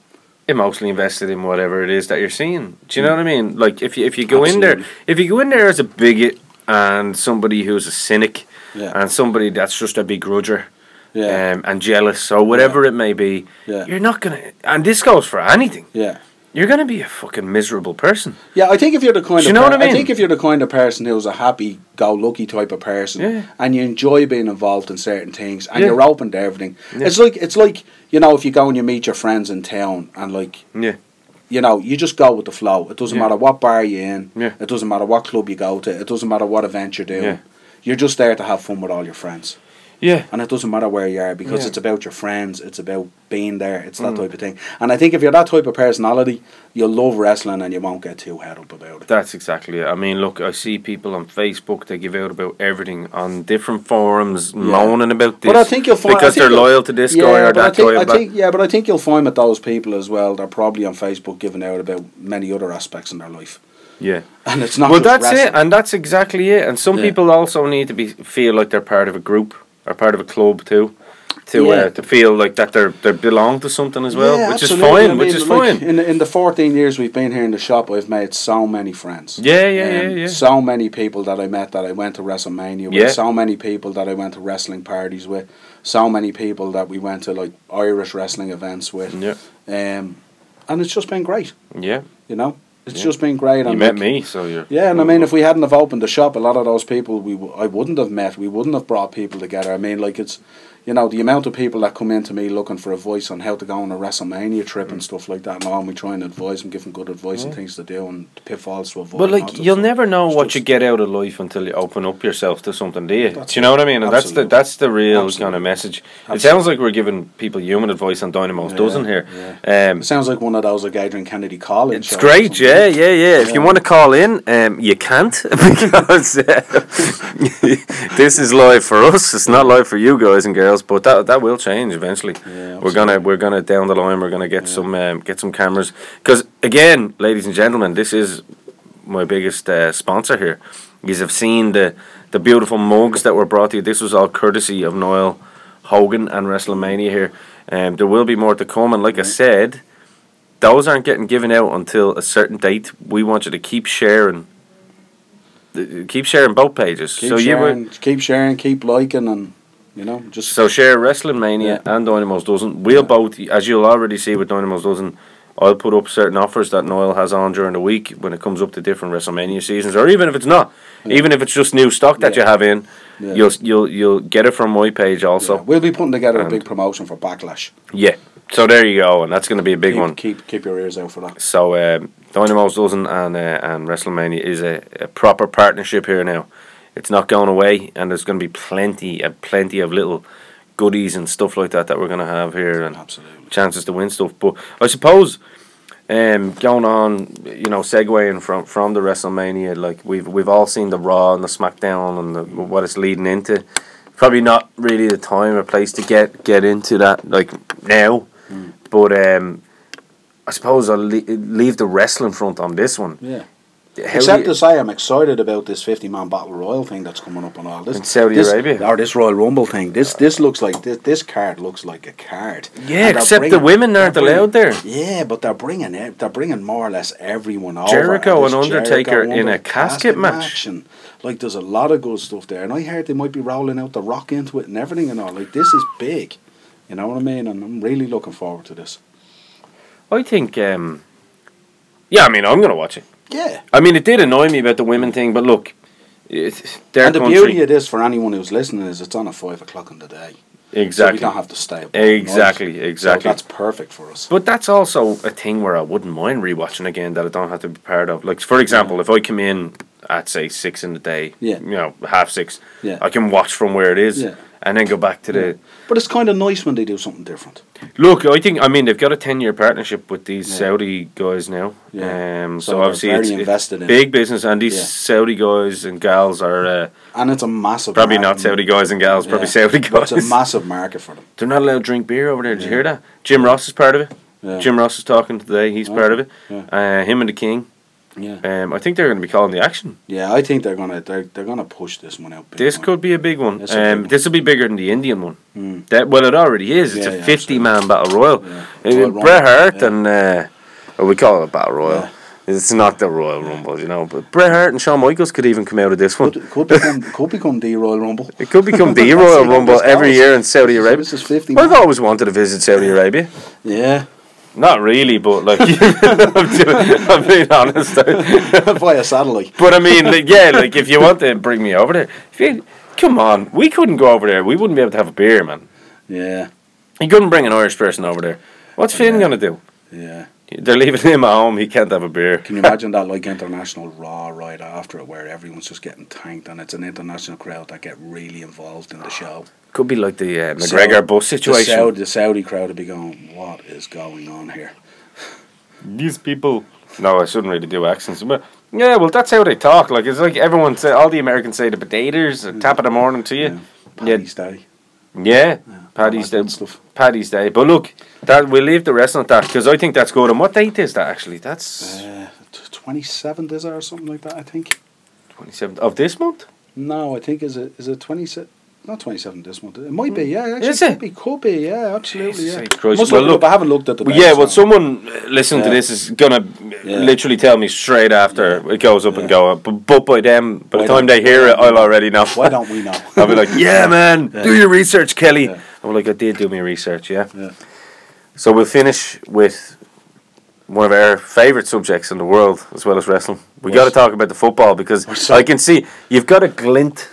A: emotionally invested in whatever it is that you're seeing. Do you know what I mean? Like if you if you go in there,
B: Absolutely.
A: if you go in there as a bigot and somebody who's a cynic
B: Yeah.
A: and somebody that's just a begrudger.
B: Yeah.
A: Um, and jealous or whatever it may be,
B: Yeah.
A: you're not gonna. And this goes for anything.
B: Yeah,
A: You're gonna be a fucking miserable person.
B: yeah. I think if you're the kind
A: Do you
B: of
A: know what I mean?
B: think if you're the kind of person who's a happy-go-lucky type of person,
A: Yeah.
B: and you enjoy being involved in certain things, and
A: Yeah.
B: you're open to everything,
A: Yeah.
B: it's like it's like you know if you go and you meet your friends in town, and like
A: Yeah.
B: you know you just go with the flow. It doesn't
A: Yeah.
B: matter what bar you're in.
A: Yeah.
B: It doesn't matter what club you go to. It doesn't matter what event you're doing.
A: Yeah.
B: You're just there to have fun with all your friends.
A: Yeah.
B: And it doesn't matter where you are because
A: Yeah. Mm.
B: it's about your friends, it's about being there, it's that type of thing. And I think if you're that type of personality, you'll love wrestling and you won't get too head up about it.
A: That's exactly it. I mean, look, I see people on Facebook they give out about everything on different forums, moaning about this.
B: But I think you'll find I
A: because
B: think
A: they're
B: you'll-
A: loyal to this
B: yeah,
A: guy or
B: but I
A: that
B: think,
A: guy.
B: I
A: but-
B: think, yeah, but I think you'll find with those people as well, they're probably on Facebook giving out about many other aspects in their life, <laughs>
A: yeah.
B: and it's not.
A: Well,
B: just
A: that's it,
B: wrestling.
A: and that's exactly it. And some
B: Yeah.
A: people also need to be feel like they're part of a group or part of a club too, to
B: Yeah.
A: uh, to feel like that they're they belong to something as well,
B: Yeah,
A: which
B: absolutely.
A: is
B: I
A: fine, which
B: mean,
A: is
B: like, <laughs>
A: fine.
B: In the, in the fourteen years we've been here in the shop, I've made so many friends. Um,
A: Yeah, yeah, yeah, yeah.
B: So many people that I met that I went to WrestleMania with.
A: Yeah.
B: So many people that I went to wrestling parties with. So many people that we went to like Irish wrestling events with.
A: Yeah,
B: Um, and it's just been great.
A: yeah.
B: You know, it's
A: Yeah.
B: just been great.
A: You
B: and
A: met
B: like-
A: me, so you're.
B: yeah, and I mean, if we hadn't have opened the shop, a lot of those people we w- I wouldn't have met. We wouldn't have brought people together. I mean, like it's, you know, the amount of people that come in to me looking for advice on how to go on a WrestleMania trip
A: Mm.
B: and stuff like that. And all, and we try and advise them, give them good advice and things to do and pitfalls to avoid.
A: But
B: and all
A: like
B: that
A: you'll
B: stuff.
A: never know
B: It's
A: what
B: just-
A: you get out of life until you open up yourself to something, do you?
B: That's
A: do you know what I mean? And that's the
B: Absolutely.
A: that's the real kind
B: Absolutely.
A: of message. It
B: Absolutely.
A: sounds like we're giving people human advice on Dynamo's
B: Yeah,
A: dozen here. Um,
B: It sounds like one of those like Adrian Kennedy College.
A: It's great, yeah, yeah, yeah. If you
B: Yeah.
A: want to call in, um, you can't <laughs> because uh, <laughs> this is live for us. It's not live for you guys and girls, but that that will change eventually.
B: Yeah,
A: we're gonna we're gonna down the line. We're gonna get some um, get some cameras because again, ladies and gentlemen, this is my biggest uh, sponsor here. You have seen the the beautiful mugs that were brought to you. This was all courtesy of Noel Hogan and WrestleMania here. Um, there will be more to come, and like I said those aren't getting given out until a certain date. We want you to keep sharing. Uh, Keep sharing both pages.
B: Keep
A: so
B: sharing,
A: you were,
B: keep sharing, keep liking, and you know, just
A: so share Wrestling Mania and Dynamo's Dozen. We'll both, as you'll already see with Dynamo's Dozen, I'll put up certain offers that Noel has on during the week when it comes up to different WrestleMania seasons, or even if it's not, even if it's just new stock that
B: Yeah.
A: you have in,
B: Yeah.
A: you'll you'll you'll get it from my page
B: yeah,
A: also.
B: we'll be putting together a
A: and-
B: big promotion for Backlash.
A: Yeah. So there you go, and that's going to be a big
B: keep,
A: one.
B: Keep keep your ears out for that.
A: So um, Dynamo's dozen and uh, and WrestleMania is a, a proper partnership here now. It's not going away, and there's going to be plenty and plenty of little goodies and stuff like that that we're going to have here, and
B: Absolutely.
A: chances to win stuff. But I suppose um, going on, you know, segueing from from the WrestleMania, like we've we've all seen the Raw and the SmackDown and the, what it's leading into. Probably not really the time or place to get get into that like now,
B: Hmm.
A: but um, I suppose I'll le- leave the wrestling front on this one.
B: Yeah.
A: How
B: Except
A: do you-
B: to say, I'm excited about this 50 man battle royal thing that's coming up and all this.
A: In Saudi
B: this,
A: Arabia.
B: Or this Royal Rumble thing. This this looks like this, this card looks like a card.
A: Yeah,
B: And they're
A: except the women
B: they're
A: aren't
B: bringing-
A: allowed there.
B: Yeah, but they're bringing it. They're bringing more or less everyone over.
A: Jericho
B: this
A: and Undertaker in
B: Jericho
A: a
B: Undertaker
A: casket match.
B: and, like there's a lot of good stuff there, and I heard they might be rolling out the Rock into it and everything and all. Like this is big. You know what I mean? And I'm really looking forward to this.
A: I think, um, yeah, I mean, I'm going to watch it.
B: Yeah.
A: I mean, it did annoy me about the women thing, but look, it's their
B: and the
A: country.
B: beauty of this for anyone who's listening is it's on at five o'clock in the day. So we
A: exactly.
B: don't have to stay up.
A: Exactly,
B: So
A: exactly.
B: that's perfect for us.
A: But that's also a thing where I wouldn't mind rewatching again that I don't have to be part of. Like for example, if I come in at say six in the day,
B: Yeah.
A: you know, half six,
B: Yeah.
A: I can watch from where it is
B: Yeah.
A: and then go back to the
B: But it's kind of nice when they do something different.
A: Look, I think I mean they've got a ten year partnership with these
B: Yeah.
A: Saudi guys now.
B: Yeah.
A: Um, so,
B: So they're
A: obviously
B: very
A: it's, it's
B: invested in
A: big business and these
B: Yeah.
A: Saudi guys and gals are uh,
B: And it's a massive
A: probably
B: market.
A: not Saudi guys and gals, probably
B: Um, Yeah.
A: Saudi guys.
B: But It's a massive market for them.
A: They're not allowed to drink beer over there. Did you
B: Yeah.
A: hear that? Jim Ross is part of it.
B: Yeah. Oh,
A: Jim Ross is talking today. He's part of it.
B: Yeah.
A: Uh, him and the King.
B: Yeah.
A: Um, I think they're going to be calling the action.
B: Yeah, I think they're gonna they're, they're gonna push this one out. big
A: This
B: time.
A: could be a big one.
B: That's a big
A: Um,
B: one.
A: this will be bigger than the Indian one.
B: Mm.
A: That well, it already is. It's
B: Yeah,
A: a
B: yeah,
A: fifty-man battle royal.
B: Yeah.
A: Uh,
B: Royal
A: Bret
B: Rumble,
A: Hart
B: yeah.
A: and uh, well, we call it a battle royal.
B: Yeah.
A: It's not the Royal Rumble, you know. But Bret Hart and Shawn Michaels could even come out of this one.
B: could, could become could become the Royal Rumble.
A: It could
B: <laughs>
A: become the
B: Let's
A: Royal
B: see how
A: Rumble
B: this
A: every
B: goes.
A: year in Saudi
B: So
A: Arabia.
B: this is 50
A: I've
B: man.
A: always wanted to visit Saudi Arabia.
B: Yeah, <laughs>
A: Not really, but like <laughs> I'm, doing, I'm being honest.
B: <laughs> via satellite.
A: But I mean, like, yeah, like if you want to bring me over there, if you, come on, we couldn't go over there. We wouldn't be able to have a beer, man.
B: Yeah,
A: You couldn't bring an Irish person over there. What's Finn
B: Yeah.
A: gonna do?
B: yeah.
A: They're leaving him at home. He can't have a beer.
B: Can you imagine that like international raw right after it, where everyone's just getting tanked, and it's an international crowd that get really involved in the show.
A: Could be like the uh, McGregor
B: So,
A: bus situation.
B: The Saudi, the Saudi crowd would be going, "What is going on here?"
A: These people. No, I shouldn't really do accents, but yeah, well, that's how they talk. Like it's like everyone say, all the Americans say the potatoes, the tap of the morning to you. Yeah,
B: Paddy's Day.
A: yeah, Paddy's
B: all that
A: Day,
B: good stuff.
A: Paddy's Day. But look, that we'll leave the rest on that because I think that's good. And what date is that actually? That's
B: Uh, twenty seventh is it or something like that? I think.
A: twenty seventh of this month.
B: No, I think is it is it twenty seven. Not twenty seventh this month. It might be, yeah. Actually,
A: Hmm. Is
B: could
A: it?
B: be, could be, yeah. Absolutely,
A: Jesus
B: yeah.
A: Christ.
B: Must
A: Well,
B: look it
A: look-
B: up. I haven't looked at the.
A: Well,
B: dates,
A: yeah, well,
B: so-
A: someone uh, listening to
B: Yeah.
A: this is gonna uh,
B: Yeah.
A: literally tell me straight after it goes up and
B: Yeah.
A: go up. But, but by them, by
B: Why
A: the time
B: don't-
A: they hear it, I'll already know.
B: Why don't we know?
A: <laughs> I'll be like, yeah, man, do your research, Kelly.
B: Yeah.
A: I'm like, I did do my research, yeah.
B: <laughs> Yeah.
A: So we'll finish with one of our favourite subjects in the world, as well as wrestling. We
B: Yes.
A: got to talk about the football because
B: We're so-
A: I can see you've got a glint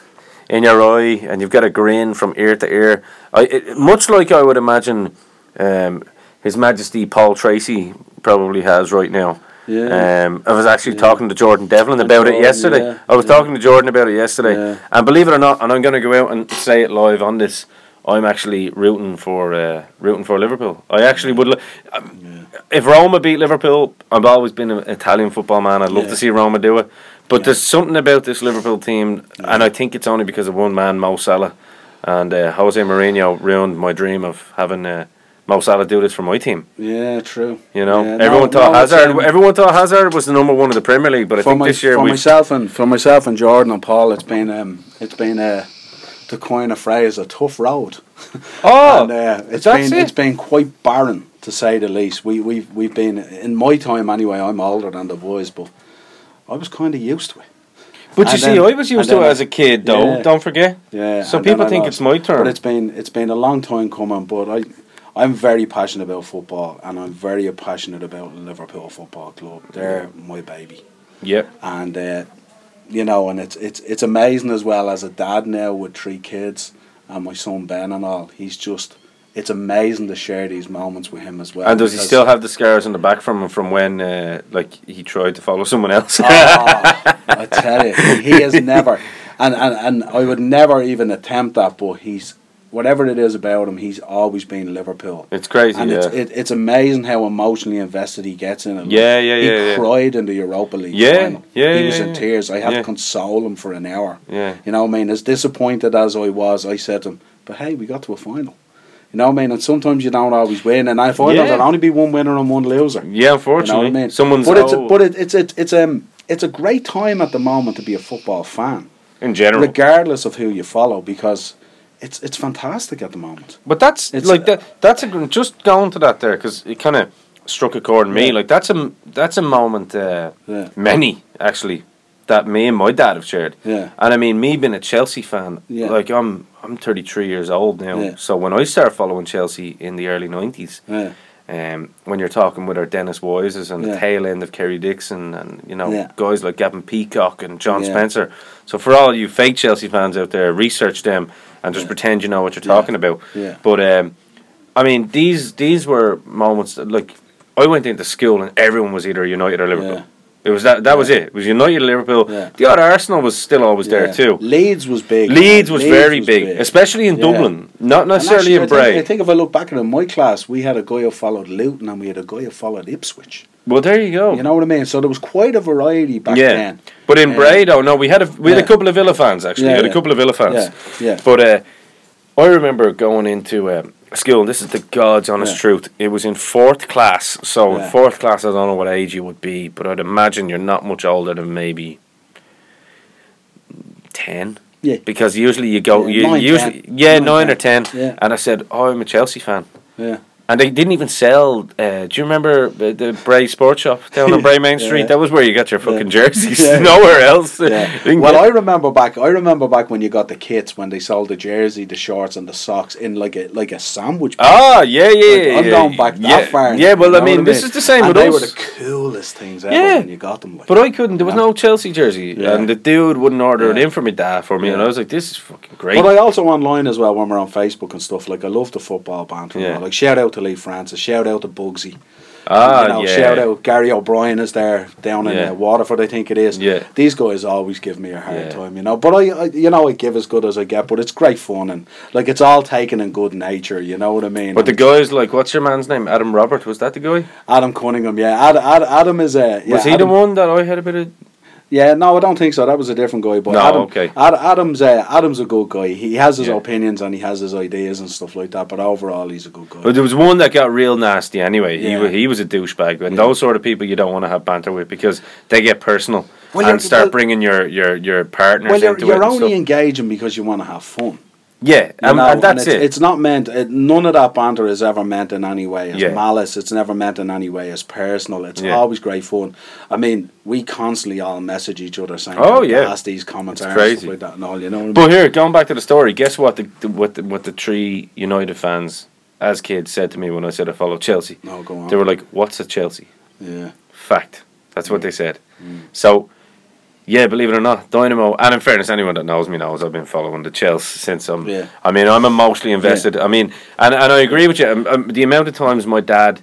A: in your eye and you've got a grin from ear to ear. I, it, much like I would imagine um, His Majesty Paul Tracy probably has right now.
B: Yeah.
A: Um, I was actually talking to Jordan Devlin about it
B: Jordan,
A: yesterday.
B: yeah,
A: I was
B: yeah.
A: talking to Jordan about it yesterday,
B: Yeah.
A: and believe it or not, and I'm going to go out and say it live on this. I'm actually rooting for uh, rooting for Liverpool. I actually would. Li- um, If Roma beat Liverpool, I've always been an Italian football man. I'd love
B: Yeah.
A: to see Roma do it. But there's something about this Liverpool team, and I think it's only because of one man, Mo Salah, and uh, Jose Mourinho ruined my dream of having uh, Mo Salah do this for my team.
B: Yeah, true.
A: You know,
B: Yeah,
A: everyone
B: no,
A: thought
B: no, it's,
A: Hazard.
B: um,
A: everyone thought Hazard was the number one of the Premier League, but I
B: for
A: think
B: my,
A: this year
B: for
A: we.
B: myself and for myself and Jordan and Paul, it's been um, it's been uh, to coin a phrase, a tough road.
A: Oh,
B: and, uh, it's
A: that's
B: been
A: it?
B: has been quite barren to say the least. We we've we've been in my time anyway. I'm older than the boys, but I was kind of used to it.
A: But you
B: And
A: see,
B: then-
A: I was used
B: and
A: to it
B: then-
A: as a kid, though.
B: Yeah.
A: Don't forget.
B: Yeah.
A: So
B: and then
A: people
B: I
A: think
B: lost.
A: it's my turn.
B: But it's been it's been a long time coming. But I, I'm very passionate about football, and I'm very passionate about Liverpool Football Club. They're my baby,
A: yep.
B: and uh, you know, and it's it's it's amazing as well as a dad now with three kids and my son Ben and all. He's just it's amazing to share these moments with him as well.
A: And does he
B: because-
A: still have the scars on the back from from when, uh, like, he tried to follow <laughs> someone else?
B: Oh, I tell you,
A: <laughs>
B: he is never, and, and, and I would never even attempt that. But he's whatever it is about him, he's always been Liverpool,
A: it's crazy.
B: and
A: yeah.
B: it's it, it's amazing how emotionally invested he gets in it. Like,
A: Yeah, yeah,
B: he
A: yeah, yeah.
B: cried in the Europa League
A: Yeah,
B: final.
A: yeah,
B: he was
A: yeah,
B: in
A: yeah.
B: tears. I had
A: Yeah.
B: to console him for an hour.
A: Yeah.
B: you know, what I mean, as disappointed as I was, I said to him, "But hey, we got to a final." You know what I mean? And sometimes you don't always win. And I find
A: Yeah.
B: there'll only be one winner and one loser.
A: yeah,
B: You know
A: unfortunately,
B: what I mean?
A: someone's.
B: but it's a,
A: oh,
B: but it, it's it, it's um it's a great time at the moment to be a football fan,
A: in general.
B: regardless of who you follow, because it's it's fantastic at the moment.
A: But that's
B: It's
A: like
B: a-
A: that. That's a gr- just going to that there because it kind of struck a chord in me.
B: Yeah.
A: Like that's a that's a moment. Uh,
B: Yeah.
A: Many actually that me and my dad have shared.
B: Yeah.
A: And I mean, me being a Chelsea fan,
B: Yeah.
A: like I'm I'm 33 years old now.
B: Yeah.
A: So when I started following Chelsea in the early 90s,
B: Yeah,
A: um, when you're talking with our Dennis Wises and the
B: Yeah.
A: tail end of Kerry Dixon and you know
B: Yeah.
A: guys like Gavin Peacock and John
B: Yeah.
A: Spencer. So for all you fake Chelsea fans out there, research them and just
B: Yeah.
A: pretend you know what you're
B: Yeah.
A: talking about.
B: Yeah.
A: But um, I mean these these were moments that, like I went into school and everyone was either United or Liverpool.
B: Yeah.
A: It was that that was it. It was United or Liverpool.
B: Yeah.
A: The odd Arsenal was still always
B: Yeah.
A: there too.
B: Leeds was big.
A: Leeds was very big, especially in
B: Yeah.
A: Dublin. Not
B: And
A: necessarily
B: actually,
A: in
B: I
A: Bray.
B: think, I think if I look back at it, in my class, we had a guy who followed Luton and we had a guy who followed Ipswich.
A: well, there you go.
B: You know what I mean? So there was quite a variety back then.
A: But in
B: Uh,
A: Bray, though, no, we had a we had a
B: yeah.
A: couple of Villa fans actually. we
B: Yeah,
A: had a
B: yeah.
A: couple of Villa fans.
B: Yeah, yeah.
A: But uh, I remember going into um, school, and this is the God's honest
B: Yeah.
A: truth. It was in fourth class, so
B: Yeah.
A: in fourth class, I don't know what age you would be, but I'd imagine you're not much older than maybe ten.
B: Yeah.
A: Because usually you go,
B: Yeah,
A: you
B: nine,
A: usually
B: ten.
A: yeah,
B: Nine,
A: nine or
B: ten.
A: ten.
B: Yeah.
A: And I said, oh, I'm a Chelsea fan.
B: Yeah,
A: And they didn't even sell. Uh, do you remember uh, the Bray Sports Shop down
B: <laughs>
A: on Bray Main Street?
B: Yeah.
A: That was where you got your fucking jerseys.
B: <laughs> Yeah.
A: Nowhere else.
B: <laughs>
A: You
B: yeah.
A: <laughs> didn't
B: well,
A: get-
B: I remember back. I remember back when you got the kits when they sold the jersey, the shorts, and the socks in like a like a sandwich.
A: ah, yeah, yeah.
B: Like, I'm
A: yeah,
B: going back
A: yeah,
B: that far.
A: Yeah, well,
B: You
A: I
B: know
A: mean,
B: what
A: this is the same
B: And
A: with
B: they
A: us.
B: were the coolest things ever
A: Yeah.
B: when you got them. Like,
A: but I couldn't. There was
B: Yeah.
A: no Chelsea jersey,
B: Yeah.
A: and the dude wouldn't order it
B: Yeah.
A: in for me dad for me, and
B: Yeah.
A: I was like, "This is fucking great."
B: But I also online as well when we're on Facebook and stuff. Like I love the football banter. and
A: Yeah.
B: all. Like shout out to Lee Francis, shout out to Bugsy,
A: Ah,
B: you know,
A: yeah.
B: Shout out Gary O'Brien is there down in
A: Yeah.
B: uh, Waterford, I think it is.
A: Yeah.
B: These guys always give me a hard
A: Yeah.
B: time, you know. But I, I, you know, I give as good as I get. But it's great fun and like it's all taken in good nature. You know what I mean?
A: But the
B: And
A: guys like, what's your man's name? Adam Robert was that the guy?
B: Adam Cunningham, yeah, Ad, Ad, Adam is a. Yeah,
A: was he
B: Adam-
A: the one that I had a bit of?
B: Yeah, no, I don't think so. That was a different guy. But
A: No,
B: Adam,
A: okay.
B: Ad, Adam's uh, Adam's a good guy. He has his
A: Yeah.
B: opinions and he has his ideas and stuff like that. But overall, he's a good guy.
A: But there was one that got real nasty. Anyway, he
B: Yeah.
A: wa- he was a douchebag, and
B: Yeah.
A: those sort of people you don't want to have banter with because they get personal
B: Well, you're-
A: and start
B: well-
A: bringing your your your partners
B: well, you're,
A: into
B: you're
A: it. and
B: only
A: stuff.
B: engaging because you want to have fun.
A: yeah,
B: you
A: and,
B: know,
A: and that's
B: it's,
A: it.
B: It's not meant. It, none of that banter is ever meant in any way as
A: Yeah.
B: malice. It's never meant in any way as personal. It's
A: Yeah.
B: always great fun. I mean, we constantly all message each other saying,
A: Oh,
B: "Oh
A: yeah.
B: yeah, these comments
A: It's
B: are and
A: crazy.
B: stuff like that and all." You know what I mean?
A: But here, going back to the story, guess what? The, the what the, what the three United fans, as kids, said to me when I said I follow Chelsea.
B: no, go on.
A: They were like, "What's a Chelsea?"
B: yeah,
A: Fact. That's what they said. So, yeah, believe it or not, Dynamo. And in fairness, anyone that knows me knows I've been following the Chelsea since I'm.
B: Yeah.
A: I mean, I'm emotionally invested. I mean, and, and I agree with you. Um, um, the amount of times my dad,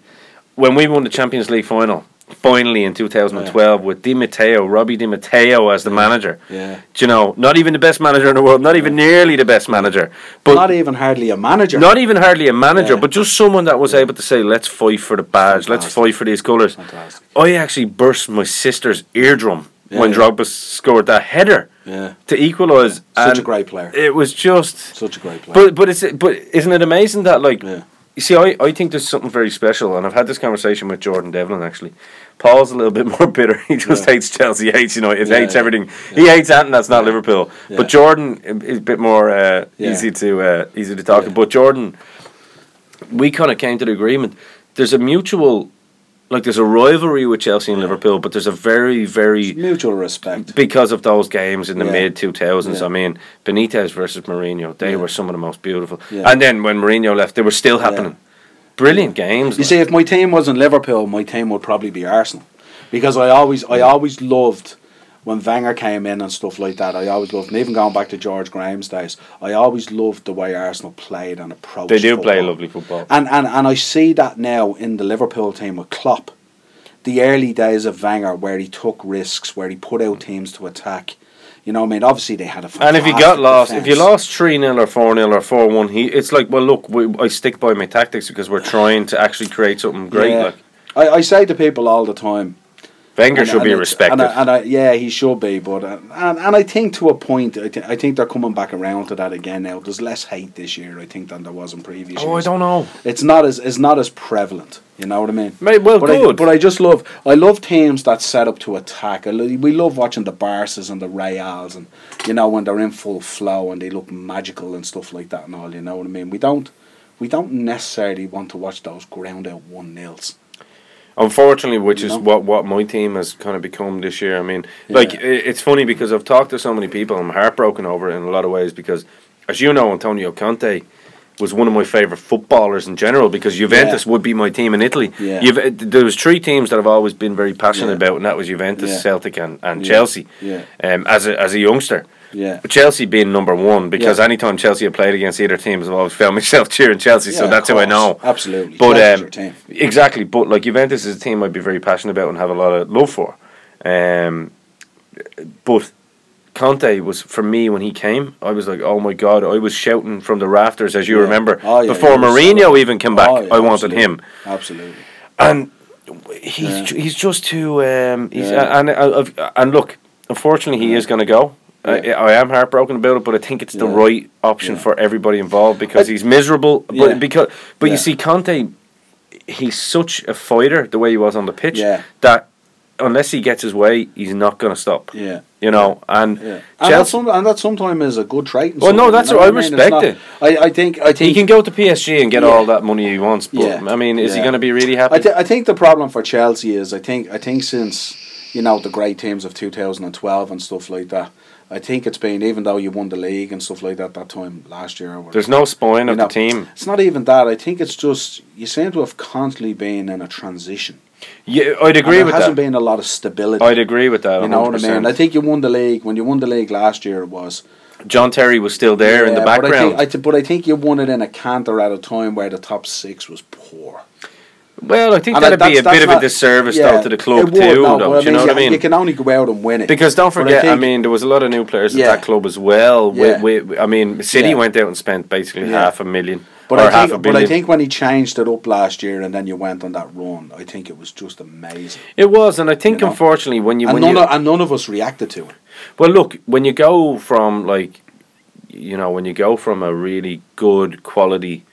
A: when we won the Champions League final, finally in 2012 with Di Matteo, Robbie Di Matteo as the manager.
B: yeah.
A: Do you know, not even the best manager in the world, not even nearly the best manager, but
B: not even hardly a manager.
A: not even hardly a manager,
B: Yeah.
A: but just someone that was able to say, "Let's fight for the badge, let's
B: Fantastic.
A: fight for these colours."
B: Fantastic.
A: I actually burst my sister's eardrum
B: Yeah,
A: when
B: yeah.
A: Drogba scored that header
B: Yeah,
A: to equalise.
B: such a
A: and
B: great player.
A: It was just,
B: Such a great player.
A: but but it's but isn't it amazing that like
B: yeah,
A: you see, I, I think there's something very special, and I've had this conversation with Jordan Devlin actually. Paul's a little bit <laughs> more bitter. He just
B: Yeah.
A: hates Chelsea, hates United,
B: Yeah,
A: hates
B: yeah.
A: everything. He hates Anton, that's not Liverpool.
B: Yeah.
A: But Jordan i- is a bit more uh,
B: Yeah.
A: easy to uh, easy to talk to.
B: Yeah.
A: But Jordan, we kind of came to the agreement. There's a mutual, like there's a rivalry with Chelsea and Liverpool, but there's a very very
B: mutual respect.
A: because of those games in the
B: Yeah.
A: mid 2000s.
B: Yeah.
A: I mean, Benitez versus Mourinho, they
B: Yeah.
A: were some of the most beautiful.
B: Yeah.
A: And then when Mourinho left, they were still happening. Brilliant games.
B: You
A: like.
B: see, if my team was in Liverpool, my team would probably be Arsenal, because I always, I always loved when Wenger came in and stuff like that. I always loved, and even going back to George Graham's days, I always loved the way Arsenal played and approached.
A: they do play
B: football.
A: lovely football.
B: And, and and I see that now in the Liverpool team with Klopp. The early days of Wenger where he took risks, where he put out teams to attack. You know what I mean? Obviously they had a
A: And if you got
B: fantastic
A: lost, if you
B: defence.
A: lost 3 0 or 4 0 or 4 1, he it's like, well, look, we, I stick by my tactics because we're trying to actually create something great.
B: Yeah.
A: Like,
B: I, I say to people all the time
A: Wenger
B: and-
A: should
B: and
A: be
B: it's-
A: respected.
B: And, I, and I, yeah, he should be. But uh, and, and I think to a point, I, th- I think they're coming back around to that again now. There's less hate this year, I think, than there was in previous
A: oh, I
B: years.
A: don't know.
B: It's not as it's not as prevalent. You know what I mean?
A: Mate, well,
B: but I,
A: good.
B: but I just love I love teams that set up to attack. I lo- we love watching the Barces and the Reals, and you know when they're in full flow and they look magical and stuff like that and all. You know what I mean? We don't we don't necessarily want to watch those ground out one nils.
A: Unfortunately, which is
B: You know?
A: what, what my team has kind of become this year. I mean,
B: Yeah.
A: like i it's funny because I've talked to so many people. I'm heartbroken over it in a lot of ways because, as you know, Antonio Conte was one of my favorite footballers in general because Juventus would be my team in Italy.
B: Yeah.
A: Juve- there was three teams that I've always been very passionate
B: Yeah.
A: about, and that was Juventus,
B: Yeah.
A: Celtic, and, and
B: Yeah.
A: Chelsea.
B: Yeah.
A: Um, as a, as a youngster.
B: Yeah.
A: Chelsea being number one because
B: Yeah.
A: anytime Chelsea have played against either teams, I've always found <laughs> myself cheering Chelsea. so
B: Yeah,
A: that's
B: of
A: who I
B: course.
A: know.
B: Absolutely.
A: But
B: Chelsea's
A: um,
B: your team.
A: exactly. But like Juventus is a team I'd be very passionate about and have a lot of love for. Um, but Conte was for me when he came. I was like, oh my god! I was shouting from the rafters, as you
B: Yeah.
A: remember,
B: Oh, yeah,
A: before
B: he was
A: Mourinho
B: so-
A: even came back.
B: Oh, yeah,
A: I wanted
B: absolutely.
A: him,
B: Absolutely.
A: and he's
B: Yeah.
A: ju- he's just too. Um, he's,
B: Yeah.
A: and, and and look, unfortunately, he is going to go. I
B: Yeah.
A: I am heartbroken about it, but I think it's the
B: Yeah.
A: right option
B: Yeah.
A: for everybody involved because
B: I-
A: he's miserable. But
B: Yeah.
A: because but
B: Yeah.
A: you see, Conte, he's such a fighter the way he was on the pitch
B: Yeah.
A: that unless he gets his way, he's not going to stop.
B: Yeah.
A: You know, and
B: Yeah. And that,
A: Chelsea,
B: some, and that sometimes is a good trait. in
A: Well, no,
B: someone,
A: that's
B: you know
A: what I
B: mean? It's
A: respect
B: not-
A: it.
B: I, I think I
A: he
B: think
A: can go to PSG and get
B: Yeah.
A: all that money he wants. But
B: Yeah.
A: I mean, is he
B: Yeah.
A: going to be really happy?
B: I, th- I think the problem for Chelsea is I think I think since you know the great teams of 2012 and stuff like that, I think it's been even though you won the league and stuff like that that time last year. Or whatever,
A: There's no spine
B: you
A: of
B: know,
A: the team.
B: It's not even that. I think it's just you seem to have constantly been in a transition.
A: Yeah, I'd
B: And
A: agree
B: there
A: with
B: hasn't
A: that.
B: been a lot of stability.
A: I'd agree with that.
B: you know what I mean?
A: 100%.
B: I think you won the league when you won the league last year. It was
A: John Terry was still there in the
B: Yeah, But I,
A: background.
B: think, I th- but I think you won it in a canter at a time where the top six was poor.
A: Well, I think
B: And
A: that'd
B: that-
A: be a
B: that's-
A: bit of
B: that's
A: a
B: not-
A: disservice
B: yeah,
A: though to the club
B: it would,
A: too,
B: no,
A: though.
B: but
A: do you know what I
B: you-
A: mean?
B: You can only go out and win it
A: Because don't
B: But I
A: forget, I,
B: think-
A: mean, there was a lot of new players
B: Yeah.
A: at that club as well.
B: Yeah.
A: We, we, I mean, City
B: Yeah.
A: went out and spent basically
B: Yeah.
A: half a million
B: But
A: or
B: I
A: half a
B: think,
A: billion.
B: but I think when he changed it up last year, and then you went on that run, I think it was just amazing.
A: it was, and I think
B: You know.
A: unfortunately, when you
B: And
A: when
B: none,
A: you,
B: of, and none of us reacted to it.
A: Well, look, when you go from like, you know, when you go from a really good quality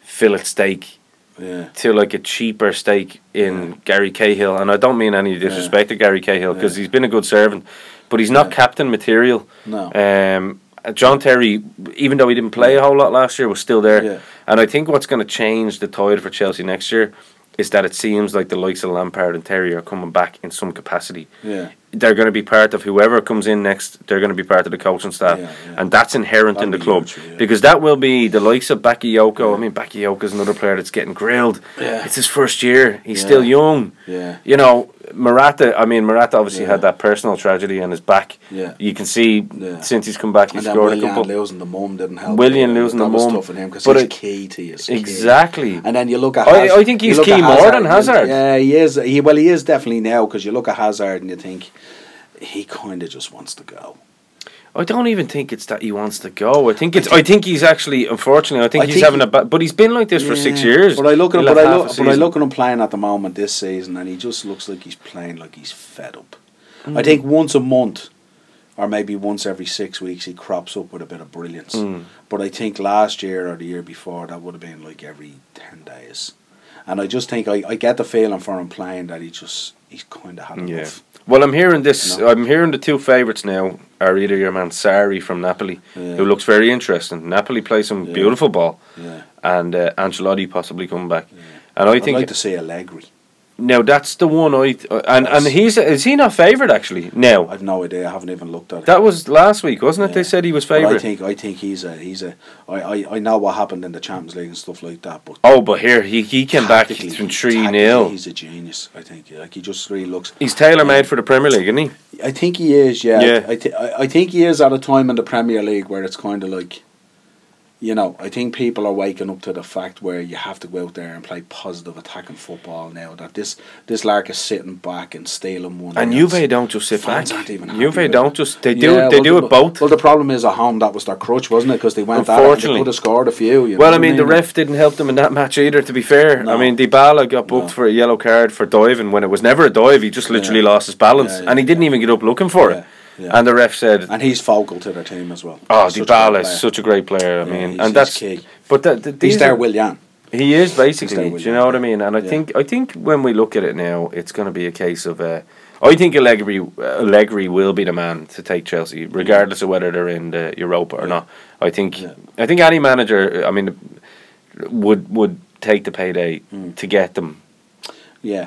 A: fillet steak
B: Yeah,
A: to like a cheaper steak in Gary Cahill, and I don't mean any disrespect to Gary Cahill because
B: Yeah.
A: he's been a good servant, but he's not
B: Yeah.
A: captain material.
B: no,
A: Um, John Terry, even though he didn't play a whole lot last year, was still there.
B: Yeah.
A: And I think what's going to change the tide for Chelsea next year is that it seems like the likes of Lampard and Terry are coming back in some capacity
B: yeah,
A: they're going to be part of whoever comes in next. They're going to be part of the coaching staff,
B: Yeah, yeah.
A: and that's inherent in the
B: That'd be
A: club
B: huge, yeah.
A: because that will be the likes of Bakayoko. I mean, Bakayoko's another player that's getting grilled.
B: Yeah.
A: It's his first year. He's
B: Yeah.
A: still young.
B: yeah,
A: You know, Murata. I mean, Murata obviously
B: Yeah.
A: had that personal tragedy on his back.
B: yeah.
A: You can see
B: Yeah.
A: since he's come back, he's
B: And then
A: scored a
B: William
A: couple.
B: losing the mum didn't help.
A: Willian
B: either.
A: losing
B: that
A: the
B: was
A: mum.
B: tough on him because
A: But
B: he's
A: it-
B: key to his kid.
A: Exactly.
B: And then you look at.
A: I-
B: Hazard,
A: I think he's
B: you look
A: key
B: at
A: more
B: Hazard,
A: than
B: you look-
A: Hazard.
B: Yeah, he is. He well, he is definitely now because you look at Hazard and you think he kind of just wants to go.
A: I don't even think it's that he wants to go. I think it's. I think he's actually. Unfortunately, I think
B: I
A: he's
B: think
A: having
B: he-
A: a. Ba- but he's been like this for six
B: Yeah,
A: years.
B: But I look at
A: He
B: him, but
A: left
B: I
A: half
B: look,
A: a
B: but I
A: season.
B: look at him playing at the moment this season, and he just looks like he's playing like he's fed up.
A: Mm.
B: I think once a month, or maybe once every six weeks, he crops up with a bit of brilliance.
A: Mm.
B: But I think last year or the year before, that would have been like every ten days. And I just think I, I get the feeling for him playing that he just he's kind of had enough.
A: Yeah. Well, I'm hearing this.
B: No.
A: I'm hearing the two favourites now are either your man Sari from Napoli,
B: Yeah.
A: who looks very interesting. Napoli plays some
B: Yeah.
A: beautiful ball,
B: Yeah.
A: and uh, Ancelotti possibly coming back. And I
B: I'd
A: think
B: like to see Allegri.
A: now that's the one I th- uh, and and
B: That's-
A: he's is he not favoured actually? No,
B: I've no idea. I haven't even looked at it.
A: that was last week, wasn't it? They
B: Yeah.
A: said he was
B: But I
A: favoured.
B: think I think he's a he's a I, I, I know what happened in the Champions League and stuff like that, but
A: oh, but here he, he came back
B: Tactically,
A: from three
B: tactically,
A: 0
B: He's a genius. I think. Like he just really looks.
A: He's tailor made for the Premier League, isn't he?
B: I think he is. Yeah.
A: Yeah.
B: I, th- I I think he is at a time in the Premier League where it's kind of like, you know, I think people are waking up to the fact where you have to go out there and play positive attacking football now. That this this lark is sitting back and stealing one.
A: And
B: else.
A: Juve don't just sit
B: Fans
A: back.
B: aren't even happy
A: Juve
B: with
A: don't
B: it.
A: just they do
B: Yeah,
A: they
B: well,
A: do
B: the-
A: it both.
B: Well, the problem is at home that was their crutch, wasn't it? Because they went that and they
A: Unfortunately.
B: could have scored a few. you know
A: Well, I
B: what
A: mean, the ref didn't help them in that match either. To be fair, I
B: No.
A: mean, Dybala got booked
B: No.
A: for a yellow card for diving when it was never a dive. He just literally
B: Yeah.
A: lost his balance,
B: Yeah, yeah,
A: and he didn't even get up looking for it.
B: Yeah, yeah.
A: And the ref said,
B: And he's focal to their team as well.
A: "Oh,
B: Such a good
A: Dybala
B: player.
A: is such a great player. I
B: Yeah,
A: mean,
B: he's-
A: and
B: he's
A: that's
B: key.
A: but that, that
B: He's
A: these
B: there,
A: are-
B: William.
A: he is basically.
B: there
A: do
B: with
A: you
B: you.
A: know what I mean? And I
B: Yeah.
A: think I think when we look at it now, it's going to be a case of. Uh, I think Allegri uh, Allegri will be the man to take Chelsea, regardless of whether they're in the Europa or not. I think
B: Mm. Yeah.
A: I think any manager, I mean, would would take the payday to get them
B: Yeah.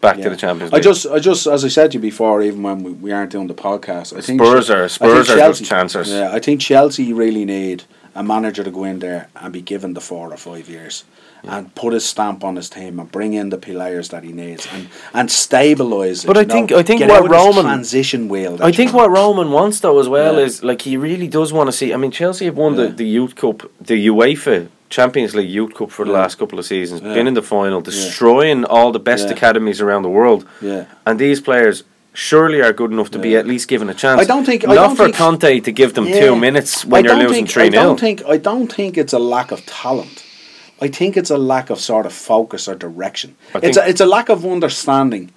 A: back
B: Mm. yeah.
A: to the Champions
B: I
A: League.
B: just, I just, as I said to you before, even when we, we aren't doing the podcast, I think
A: Spurs are-
B: I think
A: Spurs are just chancers.
B: Yeah, I think Chelsea really need a manager to go in there and be given the four or five years and put his stamp on his team and bring in the players that he needs and and stabilize it.
A: But I
B: you know?
A: think- I think
B: Get
A: what
B: out of this
A: Roman-
B: transition wheel.
A: I think what Roman wants though as well
B: Yeah.
A: is like he really does want to see. I mean, Chelsea have won the,
B: Yeah.
A: the Youth Cup, the UEFA Champions League Youth Cup for the
B: Yeah.
A: last couple of seasons,
B: Yeah.
A: been in the final, destroying all the best
B: Yeah.
A: academies around the world,
B: Yeah.
A: and these players. Surely are good enough to be
B: Yeah.
A: at least given a chance.
B: I don't think- I
A: not
B: don't
A: for
B: think-
A: Conte to give them
B: Yeah.
A: two minutes when
B: I
A: you're
B: don't
A: losing
B: think-
A: three
B: I
A: 0
B: don't think I don't think it's a lack of talent. I think it's a lack of sort of focus or direction.
A: I think-
B: it's a, it's a lack of understanding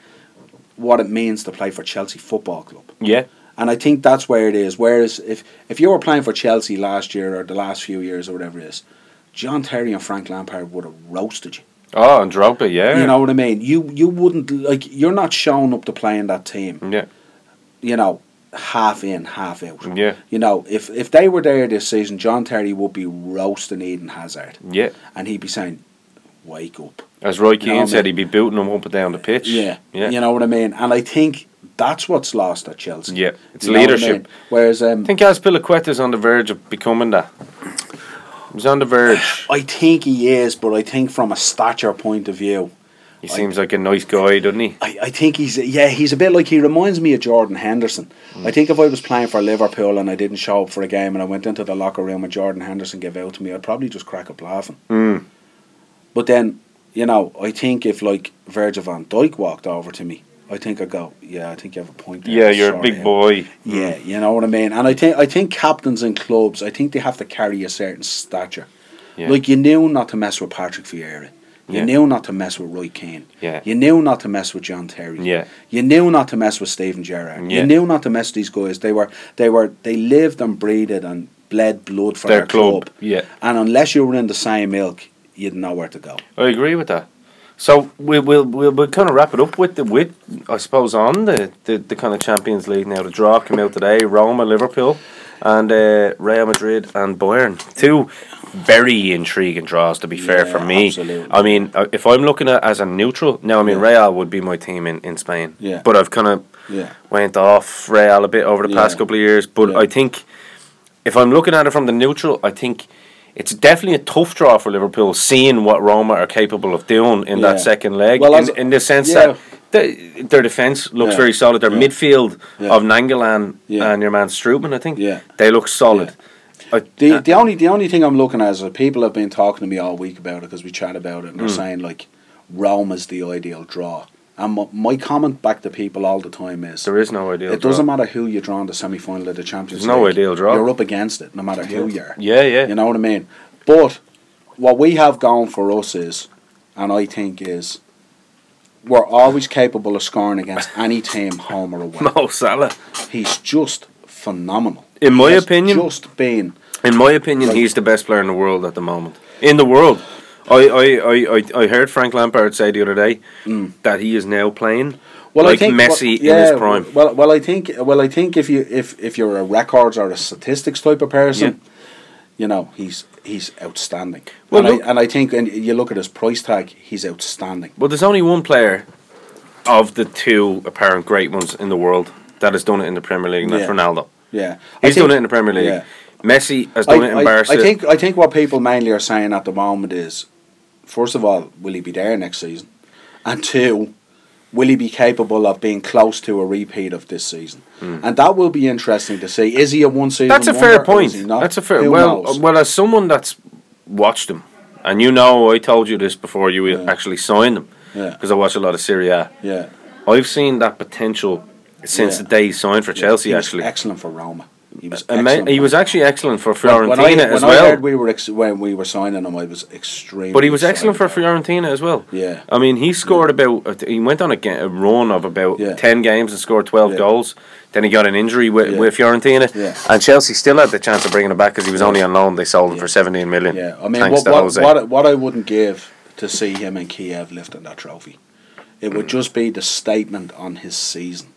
B: what it means to play for Chelsea Football Club.
A: Yeah,
B: And I think that's where it is. Whereas if, if you were playing for Chelsea last year or the last few years or whatever it is, John Terry and Frank Lampard would have roasted you.
A: Oh, and Drogba, yeah.
B: You know what I mean? You you wouldn't like you're not showing up to playing that team
A: Yeah.
B: you know, half in, half out.
A: Yeah.
B: You know, if if they were there this season, John Terry would be roasting Eden Hazard,
A: Yeah.
B: and he'd be saying, "Wake up."
A: As Roy
B: know
A: Keane
B: what I
A: said,
B: mean?
A: he'd be booting them up and down the pitch.
B: Yeah.
A: Yeah.
B: You know what I mean? And I think that's what's lost at Chelsea.
A: Yeah. It's
B: know what I
A: leadership.
B: mean? Whereas um,
A: I think Aspilicueta's on the verge of becoming that. He's on the verge.
B: I think he is, but I think from a stature point of view,
A: He seems like a nice guy, doesn't he?
B: I, I think he's yeah he's a bit like he reminds me of Jordan Henderson.
A: Mm.
B: I think if I was playing for Liverpool and I didn't show up for a game and I went into the
A: Mm.
B: locker room and Jordan Henderson gave out to me, I'd probably just crack up laughing. But then you know, I think if like Virgil van Dijk walked over to me, I think I'd go, yeah, I think you have a point. there.
A: Yeah, you're a
B: Sorry,
A: big
B: yeah."
A: boy. Mm.
B: Yeah, you know what I mean. And I think I think captains in clubs, I think they have to carry a certain stature.
A: Yeah.
B: Like you knew not to mess with Patrick Vieira. You
A: Yeah.
B: knew not to mess with Roy Keane.
A: Yeah.
B: You knew not to mess with John Terry.
A: Yeah.
B: You knew not to mess with Steven Gerrard.
A: Yeah.
B: You knew not to mess with these guys. They were they were they lived and breathed and bled blood for
A: Their
B: their,
A: club,
B: club.
A: yeah.
B: And unless you were in the same ilk, you'd know where to go.
A: I agree with that. So we, we'll we'll we'll kind of wrap it up with the with I suppose on the, the, the kind of Champions League now. The draw came out today: Roma, Liverpool, and uh, Real Madrid and Bayern. Two very intriguing draws, to be fair, for
B: Yeah,
A: me.
B: absolutely.
A: I mean, uh, if I'm looking at it as a neutral, now I mean Real would be my team in, in Spain.
B: Yeah.
A: But I've kind of
B: Yeah.
A: went off Real a bit over the past
B: Yeah.
A: couple of years. But
B: Yeah.
A: I think if I'm looking at it from the neutral, I think it's definitely a tough draw for Liverpool, seeing what Roma are capable of doing in
B: Yeah.
A: that second leg.
B: Well, as-
A: in, in the sense
B: yeah.
A: that the, their defence looks
B: Yeah.
A: very solid. Their
B: Yeah.
A: midfield
B: Yeah.
A: of Nangalan
B: Yeah.
A: and your man Strutman, I think,
B: Yeah.
A: they look solid. I-
B: The,
A: uh,
B: the only the only thing I'm looking at is that people have been talking to me all week about it because we chat about it and they're
A: Mm.
B: saying like Roma's the ideal draw. And my, my comment back to people all the time is
A: there is no ideal.
B: it doesn't
A: draw.
B: matter who you draw in the semi final of the Champions
A: There's no
B: League.
A: ideal draw.
B: You're up against it no matter who you are.
A: Yeah, yeah.
B: You know what I mean? But what we have going for us is, and I think is, we're always capable of scoring against any team, home
A: <laughs>
B: or away.
A: Mo Salah,
B: He's just phenomenal.
A: In my
B: He has
A: opinion-
B: just been
A: in my opinion,
B: Like-
A: he's the best player in the world at the moment. In the world. I, I, I, I, I heard Frank Lampard say the other day
B: Hmm.
A: that he is now playing like Messi
B: well,
A: in
B: yeah,
A: his prime.
B: Well, well, I think, well, I think if you if if you're a records or a statistics type of person, you know he's he's outstanding.
A: Well,
B: and,
A: look-
B: I, and I think, and you look at his price tag, he's outstanding.
A: Well, there's only one player of the two apparent great ones in the world that has done it in the Premier League, and that's
B: Yeah.
A: Ronaldo.
B: Yeah, I
A: He's
B: think-
A: done it in the Premier League.
B: yeah.
A: Messi has
B: I,
A: done it in
B: I-
A: Barca.
B: I think I think what people mainly are saying at the moment is, first of all, will he be there next season, and two, will he be capable of being close to a repeat of this season? And that will be interesting to see. Is he a one season?
A: Hmm. that's a fair
B: wonder or is
A: point.
B: he not?
A: That's a fair.
B: Who
A: well,
B: knows?
A: well, as someone that's watched him, and you know, I told you this before you
B: Yeah.
A: actually signed him,
B: Yeah.
A: because I watch a lot of Serie A.
B: yeah.
A: I've seen that potential since
B: Yeah.
A: the day he signed for Chelsea.
B: He was
A: actually,
B: excellent for Roma. He was
A: Ama-
B: excellent.
A: he was actually excellent for
B: When-
A: Fiorentina
B: when I-
A: as
B: when I
A: well.
B: heard we were ex- when we were signing him, I was extremely.
A: But he was excellent for
B: excited about
A: Fiorentina as well.
B: Yeah.
A: I mean, he scored about. He went on a, ga- a run of about
B: Yeah.
A: ten games and scored twelve
B: Yeah.
A: goals. Then he got an injury with,
B: Yeah.
A: with Fiorentina,
B: Yeah.
A: and Chelsea still had the chance of bringing him back because he was
B: Yeah.
A: only on loan. They sold him
B: Yeah.
A: for seventeen million.
B: it. Yeah, I mean,
A: thanks
B: what,
A: to
B: what,
A: Jose.
B: what, I- what I wouldn't give to see him in Kiev lifting that trophy, it
A: Mm.
B: would just be the statement on his season.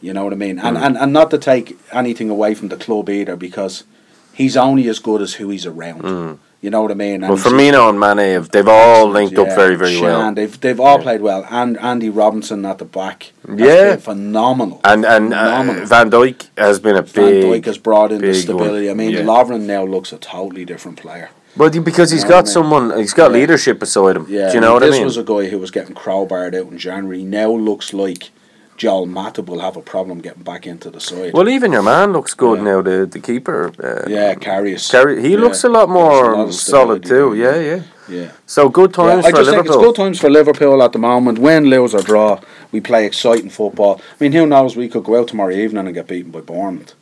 B: You know what I mean, and,
A: Mm.
B: and and not to take anything away from the club either, because he's only as good as who he's around.
A: Mm.
B: You know what I mean. And
A: But
B: he's-
A: Firmino and Mane, have- they've all linked up
B: Yeah,
A: very, very
B: Shan,
A: well.
B: They've they've all
A: Yeah.
B: played well, and Andy Robinson at the back. That's
A: Yeah.
B: been phenomenal.
A: And and uh,
B: Phenomenal.
A: Van Dijk has been a
B: Van
A: big.
B: Dijk has brought in the
A: big
B: stability.
A: one.
B: I mean,
A: Yeah.
B: Lovren now looks a totally different player.
A: But he- because he's
B: You know what I
A: got
B: mean?
A: someone, he's got
B: Yeah.
A: leadership beside him.
B: Yeah,
A: Do you know what
B: this
A: I mean?
B: was a guy who was getting crowbarred out in January. He Now looks like Joel Matip will have a problem getting back into the side.
A: well, even your man looks good
B: Yeah.
A: now. The the keeper. Uh,
B: yeah, Carrius.
A: Terry, he
B: Yeah.
A: looks a lot
B: There's a lot
A: more
B: of
A: solid
B: stability
A: too. Yeah,
B: there.
A: yeah.
B: yeah.
A: So good
B: Yeah,
A: times
B: I
A: for
B: just think it's
A: Liverpool.
B: good times for Liverpool at the moment. Win, lose or draw, we play exciting football. I mean, who knows? We could go out tomorrow evening and get beaten by Bournemouth.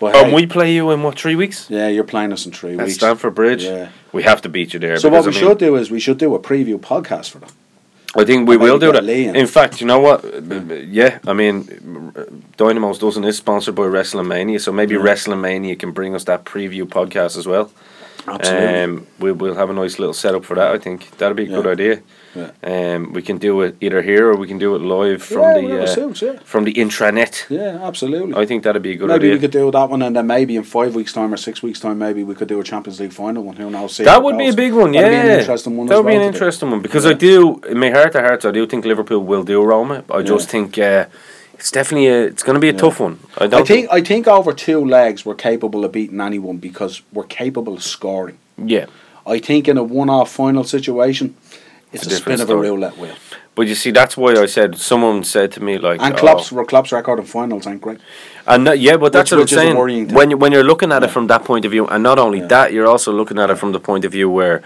B: But hey,
A: And we play you in what three weeks
B: yeah, you're playing us in three
A: at
B: weeks.
A: Stamford Bridge.
B: Yeah.
A: We have to beat you there.
B: So what
A: because,
B: we
A: I mean,
B: should do is we should do a preview podcast for them.
A: I think we
B: Maybe
A: will do
B: get
A: that.
B: Lee in.
A: In fact, you know what? Yeah, I mean, Dynamo's doesn't is sponsored by Wrestling Mania, so maybe Wrestling Mania can bring us that preview podcast as well. Um, we, we'll have a nice little setup for that. I think that'd be a good
B: Yeah.
A: idea.
B: Yeah.
A: Um, we can do it either here or we can do it live from
B: Yeah,
A: the
B: whatever
A: uh,
B: suits, yeah.
A: from the intranet.
B: yeah, absolutely.
A: I think that'd be a good
B: maybe
A: idea.
B: we could do that one, and then maybe in five weeks' time or six weeks' time, maybe we could do a Champions League final one. Who knows? See how
A: That
B: it
A: would be a
B: goes.
A: big one,
B: That'd
A: yeah.
B: be an interesting one.
A: That
B: as
A: would be
B: well
A: an
B: to do.
A: interesting one because I
B: Yeah.
A: do, in my heart to heart, I do think Liverpool will do Roma. I just
B: Yeah.
A: think uh, it's definitely a, it's going to be a tough one. I don't
B: I think I think over two legs we're capable of beating anyone because we're capable of scoring.
A: yeah.
B: I think in a one-off final situation,
A: It's
B: it's,
A: a
B: a,
A: different
B: spin of a
A: story.
B: roulette wheel.
A: But you see, that's why I said someone said to me like,
B: And
A: oh.
B: Klopp's Klopp's record in finals ain't great.
A: and no- yeah, but that's
B: Which-
A: what
B: which is a
A: I'm
B: worrying
A: saying.
B: thing.
A: When you, when you're looking at it from that point of view, and not only that, you're also looking at it from the point of view where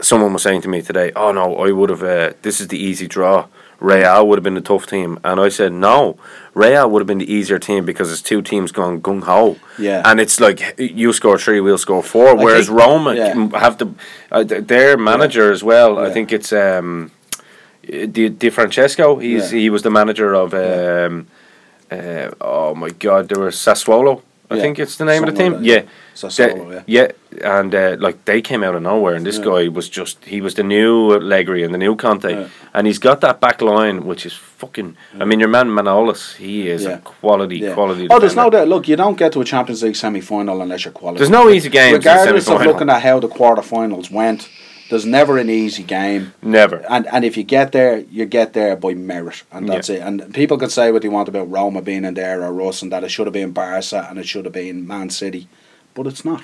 A: someone was saying to me today, "Oh no, I would have. Uh, this is the easy draw. Real would have been the tough team." And I said, "No, Real would have been the easier team because it's two teams gone gung ho.
B: Yeah.
A: and it's like you score three, we'll score four.
B: I
A: whereas
B: think-
A: Roma
B: yeah.
A: can have the uh, th- their manager as well. I
B: Yeah.
A: think it's um, Di, Di Francesco. He's
B: Yeah.
A: he was the manager of um, uh, oh my god, there was Sassuolo. I
B: Yeah.
A: think it's the name of the
B: Something
A: team.
B: like that,
A: yeah.
B: Sassuolo,
A: They-
B: yeah.
A: and uh, like they came out of nowhere, and this
B: Yeah.
A: guy was just he was the new Allegri and the new Conte,
B: Yeah.
A: and he's got that back line which is fucking. I mean, your man Manolis, he is
B: Yeah.
A: a quality,
B: Yeah.
A: quality.
B: Oh, there's no
A: defender.
B: doubt. Look, you don't get to a Champions League semi final unless you're qualified.
A: There's no easy games in the
B: Regardless of
A: semi-final.
B: looking at how the quarterfinals went, there's never an easy game.
A: never.
B: And and if you get there, you get there by merit, and that's
A: Yeah.
B: it. And people can say what they want about Roma being in there or us, and that it should have been Barca and it should have been Man City, but it's not.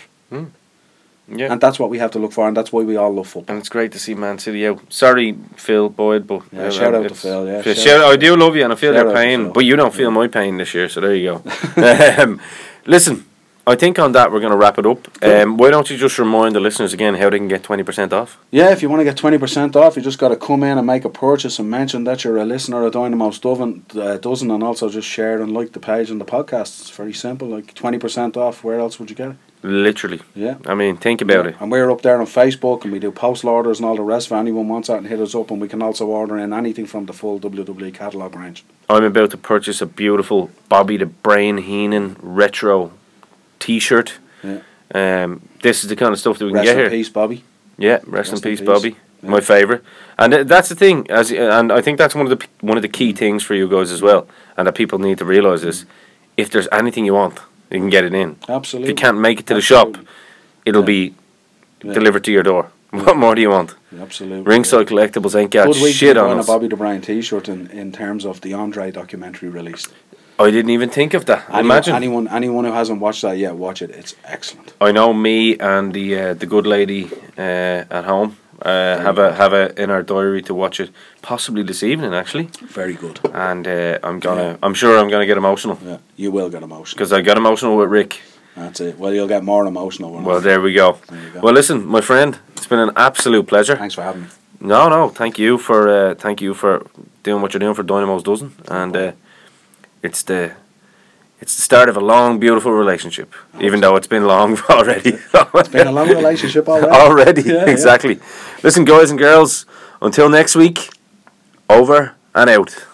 A: Yeah,
B: And
A: and,
B: that's what we have to look for, and that's why we all love football.
A: it's great to see Man City out. Sorry, Phil Boyd, but um,
B: Yeah, shout out to
A: it's-
B: Phil, yeah,
A: Phil-
B: shout
A: shout
B: out
A: out- I
B: to
A: do love you, and I feel
B: Shout out
A: your
B: to
A: pain,
B: Phil.
A: but you don't feel my pain this year, so there you
B: <laughs>
A: go. um, listen. I think on that we're going to wrap it up. Um, why don't you just remind the listeners again how they can get twenty percent off?
B: Yeah, if you want to get 20% off, you just got to come in and make a purchase and mention that you're a listener of Dynamo's Dozen, uh, Dozen and also just share and like the page and the podcast. It's very simple, like 20% off. Where else would you get it?
A: Literally.
B: Yeah.
A: I mean, think about it.
B: And we're up there on Facebook and we do postal orders and all the rest. If anyone wants that, and hit us up. And we can also order in anything from the full WWE catalogue range.
A: I'm about to purchase a beautiful Bobby the Brain Heenan retro T-shirt.
B: Yeah.
A: Um, this is the kind of stuff that we
B: Rest
A: can
B: in
A: get here.
B: peace, Bobby.
A: Yeah, rest, in, peace, Bobby.
B: Yeah.
A: My favorite, and th- that's the thing. As and I think that's one of the p- one of the key things for you guys as well, and that people need to realize is, if there's anything you want, you can get it in. If
B: Absolutely.
A: you can't make it to the shop,
B: Absolutely.
A: it'll
B: Yeah.
A: be
B: Yeah.
A: delivered to your door. <laughs> What more do you want?
B: Absolutely.
A: Ringside Collectibles ain't got
B: Good week
A: shit
B: to
A: on
B: on a
A: us.
B: Bobby De Bruyne T-shirt in, in terms of the Andre documentary released.
A: I didn't even think of that.
B: Anyone,
A: Imagine.
B: anyone anyone who hasn't watched that yet, watch it. It's excellent.
A: I know me and the uh, the good lady uh, at home uh, have a have a in our diary to watch it possibly this evening actually,
B: Very good.
A: and uh, I'm gonna I'm sure I'm gonna get emotional
B: Yeah, you will get emotional.
A: because I got emotional with Rick.
B: That's it. Well, you'll get more emotional. When
A: Well, there we go.
B: There you go.
A: Well, listen, my friend, it's been an absolute pleasure.
B: Thanks for having me.
A: No, no, thank you for uh, thank you for doing what you're doing for Dynamo's dozen, and uh, it's the it's the start of a long, beautiful relationship, even though it's been long <laughs> already. it's
B: Been a
A: <laughs>
B: long relationship already.
A: already.
B: Yeah, yeah.
A: exactly. Listen, guys and girls, until next week, over and out.